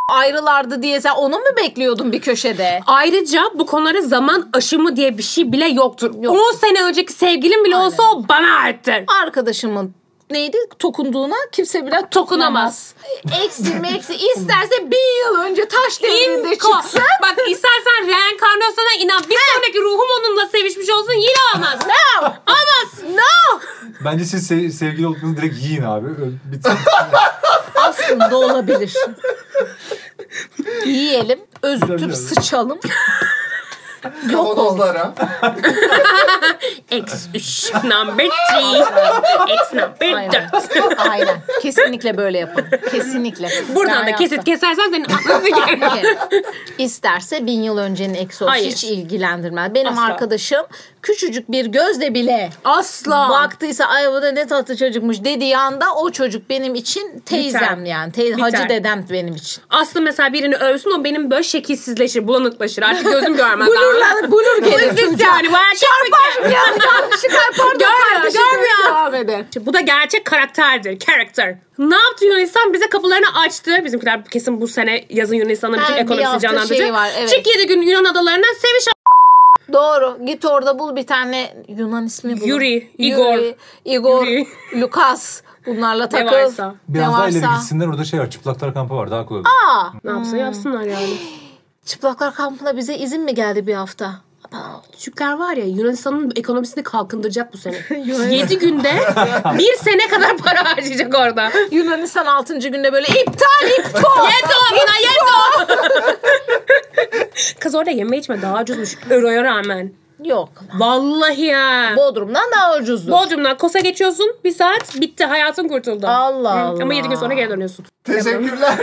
[SPEAKER 2] ayrılardı diye sen onu mu bekliyordun bir köşede?
[SPEAKER 1] Ayrıca bu konulara zaman aşımı diye bir şey bile yoktur. 10 sene önceki sevgilim bile olsa o bana aittir.
[SPEAKER 2] Arkadaşımın neydi tokunduğuna kimse bile tokunamaz. Eksi meksi isterse bin yıl önce taş devrinde
[SPEAKER 1] Ko-
[SPEAKER 2] çıksın.
[SPEAKER 1] Bak istersen reenkarnasyona inan. Bir sonraki ruhum onunla sevişmiş olsun yine olmaz.
[SPEAKER 2] No! Amaz! No!
[SPEAKER 3] Bence siz se- sevgili olduğunuzu direkt yiyin abi. Öyle Bitsin.
[SPEAKER 2] Aslında olabilir. Yiyelim, özütüp
[SPEAKER 3] Tabii.
[SPEAKER 2] sıçalım. Yok ol.
[SPEAKER 4] Kavanozlara.
[SPEAKER 1] X 3 number 3. X number
[SPEAKER 2] Aynen.
[SPEAKER 1] 4.
[SPEAKER 2] Aynen. Kesinlikle böyle yapalım. Kesinlikle.
[SPEAKER 1] Buradan
[SPEAKER 2] Ben
[SPEAKER 1] da
[SPEAKER 2] yaptım.
[SPEAKER 1] kesit kesersen senin aklını sikerim.
[SPEAKER 2] Peki. İsterse bin yıl öncenin eksi olsun.
[SPEAKER 1] Hayır.
[SPEAKER 2] Hiç ilgilendirmez. Benim
[SPEAKER 1] Asla.
[SPEAKER 2] arkadaşım küçücük bir gözle bile
[SPEAKER 1] Asla.
[SPEAKER 2] baktıysa ay bu da ne tatlı çocukmuş dediği anda o çocuk benim için teyzem yani. Tey-
[SPEAKER 1] Biter.
[SPEAKER 2] hacı dedem benim için.
[SPEAKER 1] Aslı mesela birini övsün o benim böyle şekilsizleşir, bulanıklaşır. Artık gözüm görmez.
[SPEAKER 2] Blur, blur gelir
[SPEAKER 1] Kızsız
[SPEAKER 2] çocuğa.
[SPEAKER 1] yani. Bu erkek mi ki?
[SPEAKER 2] Çarpar. Yani yanlışlıkla pardon
[SPEAKER 1] Görmüyor,
[SPEAKER 2] kardeşim.
[SPEAKER 1] görmüyor.
[SPEAKER 2] Devam eder.
[SPEAKER 1] İşte bu da gerçek karakterdir. Character. Ne yaptı Yunanistan? Bize kapılarını açtı. Bizimkiler kesin bu sene yazın Yunanistan'ın bütün
[SPEAKER 2] Ha, bir
[SPEAKER 1] ekonomisini
[SPEAKER 2] hafta
[SPEAKER 1] canlandıracak.
[SPEAKER 2] şeyi var, evet.
[SPEAKER 1] Çık 7 gün Yunan adalarına seviş a-
[SPEAKER 2] Doğru. Git orada bul bir tane Yunan ismi bul.
[SPEAKER 1] Yuri, Igor.
[SPEAKER 2] Igor,
[SPEAKER 1] Yuri.
[SPEAKER 2] Lukas. Bunlarla takıl.
[SPEAKER 1] varsa.
[SPEAKER 3] Biraz
[SPEAKER 2] Ne
[SPEAKER 3] daha ileri
[SPEAKER 2] varsa.
[SPEAKER 3] gitsinler. Orada şey var. Çıplaklar kampı var. Daha kolay.
[SPEAKER 2] Aa,
[SPEAKER 1] Ne yapsa yapsınlar yani.
[SPEAKER 2] çıplaklar kampına bize izin mi geldi bir hafta?
[SPEAKER 1] Türkler var ya Yunanistan'ın ekonomisini kalkındıracak bu sene. 7 günde bir sene kadar para harcayacak orada.
[SPEAKER 2] Yunanistan 6. günde böyle iptal iptal.
[SPEAKER 1] Yeto buna yeto. Kız orada yeme içme daha ucuzmuş. Euroya rağmen.
[SPEAKER 2] Yok.
[SPEAKER 1] Vallahi ya.
[SPEAKER 2] Bodrum'dan daha ucuzdu.
[SPEAKER 1] Bodrum'dan Kos'a geçiyorsun. Bir saat bitti. Hayatın kurtuldu.
[SPEAKER 2] Allah
[SPEAKER 1] Hı,
[SPEAKER 2] Allah.
[SPEAKER 1] Ama 7 gün sonra geri dönüyorsun.
[SPEAKER 4] Teşekkürler.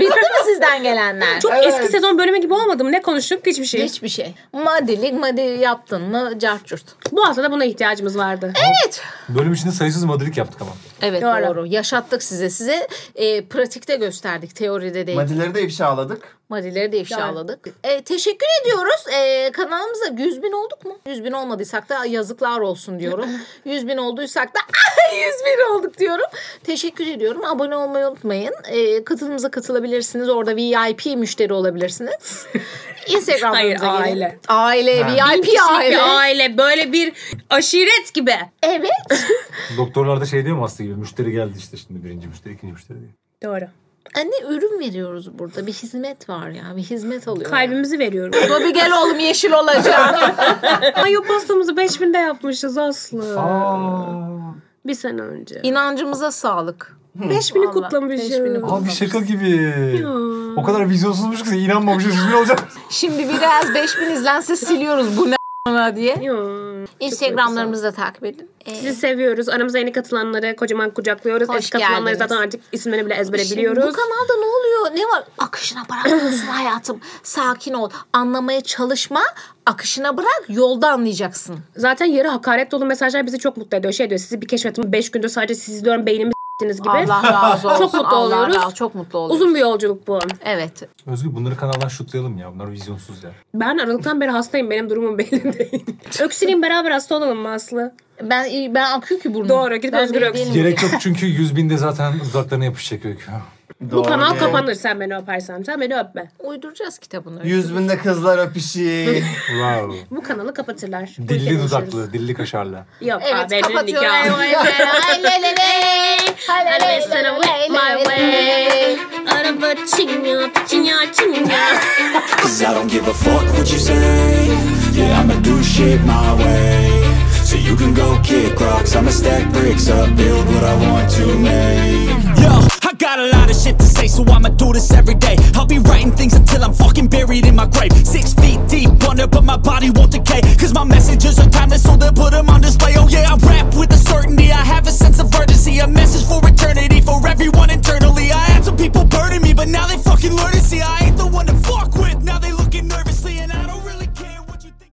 [SPEAKER 2] Bitti mi sizden gelenler?
[SPEAKER 1] Çok
[SPEAKER 4] Evet.
[SPEAKER 1] eski sezon bölümü gibi olmadım. Ne konuştuk? Hiçbir şey.
[SPEAKER 2] Hiçbir şey. Madilik madi yaptın mı cartçurt.
[SPEAKER 1] Bu hafta da buna ihtiyacımız vardı.
[SPEAKER 2] Evet.
[SPEAKER 3] Bölüm içinde sayısız madrilik yaptık ama.
[SPEAKER 2] Evet doğru.
[SPEAKER 1] Doğru.
[SPEAKER 2] Yaşattık size. Size e, pratikte gösterdik. Teoride değil.
[SPEAKER 4] Madileri de ifşaladık.
[SPEAKER 2] Madileri de ifşaladık. E, teşekkür ediyoruz. E, kanalımıza 100 bin olduk mu? 100 bin olmadıysak da yazıklar olsun diyorum. 100 bin olduysak da 100 bin olduk diyorum. Teşekkür ediyorum. Abone olmayı unutmayın. E, katılımıza katılabilirsiniz. Orada VIP müşteri olabilirsiniz. Instagram'ımıza
[SPEAKER 1] Hayır,
[SPEAKER 2] gelin.
[SPEAKER 1] aile.
[SPEAKER 2] Aile. VIP
[SPEAKER 1] Kişilik
[SPEAKER 2] aile.
[SPEAKER 1] bir aile. Böyle bir aşiret gibi.
[SPEAKER 2] Evet.
[SPEAKER 3] Doktorlar da şey diyor mu hasta gibi müşteri geldi işte şimdi birinci müşteri ikinci müşteri diye.
[SPEAKER 1] Doğru.
[SPEAKER 2] Anne Hani ürün veriyoruz burada. Bir hizmet var ya. Bir hizmet alıyor.
[SPEAKER 1] Kalbimizi veriyorum.
[SPEAKER 2] Bobby gel oğlum yeşil olacak.
[SPEAKER 1] Ay o pastamızı 5000'de yapmışız
[SPEAKER 2] Ee,
[SPEAKER 1] Aslı.
[SPEAKER 3] Aa,
[SPEAKER 1] Bir sene önce.
[SPEAKER 2] İnancımıza sağlık.
[SPEAKER 1] 5000'i
[SPEAKER 2] Vallahi,
[SPEAKER 1] kutlamışız.
[SPEAKER 2] 5000'i kutlamışız.
[SPEAKER 3] abi şaka gibi. O kadar vizyonsuzmuş ki inanmamışız. Üzgün olacak.
[SPEAKER 2] Şimdi biraz 5000 izlense siliyoruz bu ne a**ına diye.
[SPEAKER 1] Ya.
[SPEAKER 2] Instagramlarımızı da takip edin. Ee,
[SPEAKER 1] Sizi seviyoruz. Aramıza yeni katılanları kocaman kucaklıyoruz.
[SPEAKER 2] Hoş
[SPEAKER 1] Eski katılanları
[SPEAKER 2] geldiniz.
[SPEAKER 1] zaten artık isimlerini bile ezbere
[SPEAKER 2] şimdi Bu
[SPEAKER 1] biliyoruz.
[SPEAKER 2] kanalda ne oluyor? Ne var? Akışına bırakıyorsun hayatım. Sakin ol. Anlamaya çalışma. Akışına bırak. Yolda anlayacaksın.
[SPEAKER 1] Zaten yarı hakaret dolu mesajlar bizi çok mutlu ediyor. Şey diyor sizi bir keşfettim. 5 gündür sadece sizi diyorum beynimi s**tiniz gibi.
[SPEAKER 2] razı
[SPEAKER 1] Çok mutlu
[SPEAKER 2] Allah
[SPEAKER 1] oluyoruz.
[SPEAKER 2] razı- çok mutlu oluyoruz.
[SPEAKER 1] Uzun bir yolculuk bu.
[SPEAKER 2] Evet.
[SPEAKER 3] Özgür bunları kanaldan şutlayalım ya. Bunlar vizyonsuz ya.
[SPEAKER 1] Ben Aralık'tan beri hastayım. Benim durumum belli değil. Öksüreyim beraber hasta olalım mı Aslı?
[SPEAKER 2] Ben ben akıyor ki burnum.
[SPEAKER 1] Doğru, gidip
[SPEAKER 2] Ben
[SPEAKER 1] Özgür
[SPEAKER 2] de-
[SPEAKER 1] Öksüz.
[SPEAKER 2] değilim.
[SPEAKER 3] Gerek yok çünkü yüz binde zaten dudaklarına yapışacak öykü.
[SPEAKER 1] Bu kanal
[SPEAKER 4] Doğru.
[SPEAKER 1] kapanır sen beni öpersen. Sen beni öpme.
[SPEAKER 2] Uyduracağız kitabını.
[SPEAKER 4] Yüz binde kızlar öpüşeyim.
[SPEAKER 3] Wow.
[SPEAKER 1] Bu kanalı kapatırlar. Bu ülkede
[SPEAKER 3] Dilli
[SPEAKER 1] yaşıyoruz.
[SPEAKER 3] dudaklı, dilli kaşarlı.
[SPEAKER 1] Yok
[SPEAKER 2] Evet
[SPEAKER 1] abi, benim
[SPEAKER 2] kapatıyorum.
[SPEAKER 1] nikahım. I listen and wait my way. Araba çinya, çinya, çinya.
[SPEAKER 6] Cause I don't give a fuck what you say. Yeah, I'ma do shit my way. So you can go kick rocks, I'ma stack bricks up, build what I want to make. Yo, I got a lot of shit to say, so I'ma do this every day. I'll be writing things until I'm fucking buried in my grave. Six feet deep under, but my body won't decay. Cause my messages are timeless, so they'll Oh,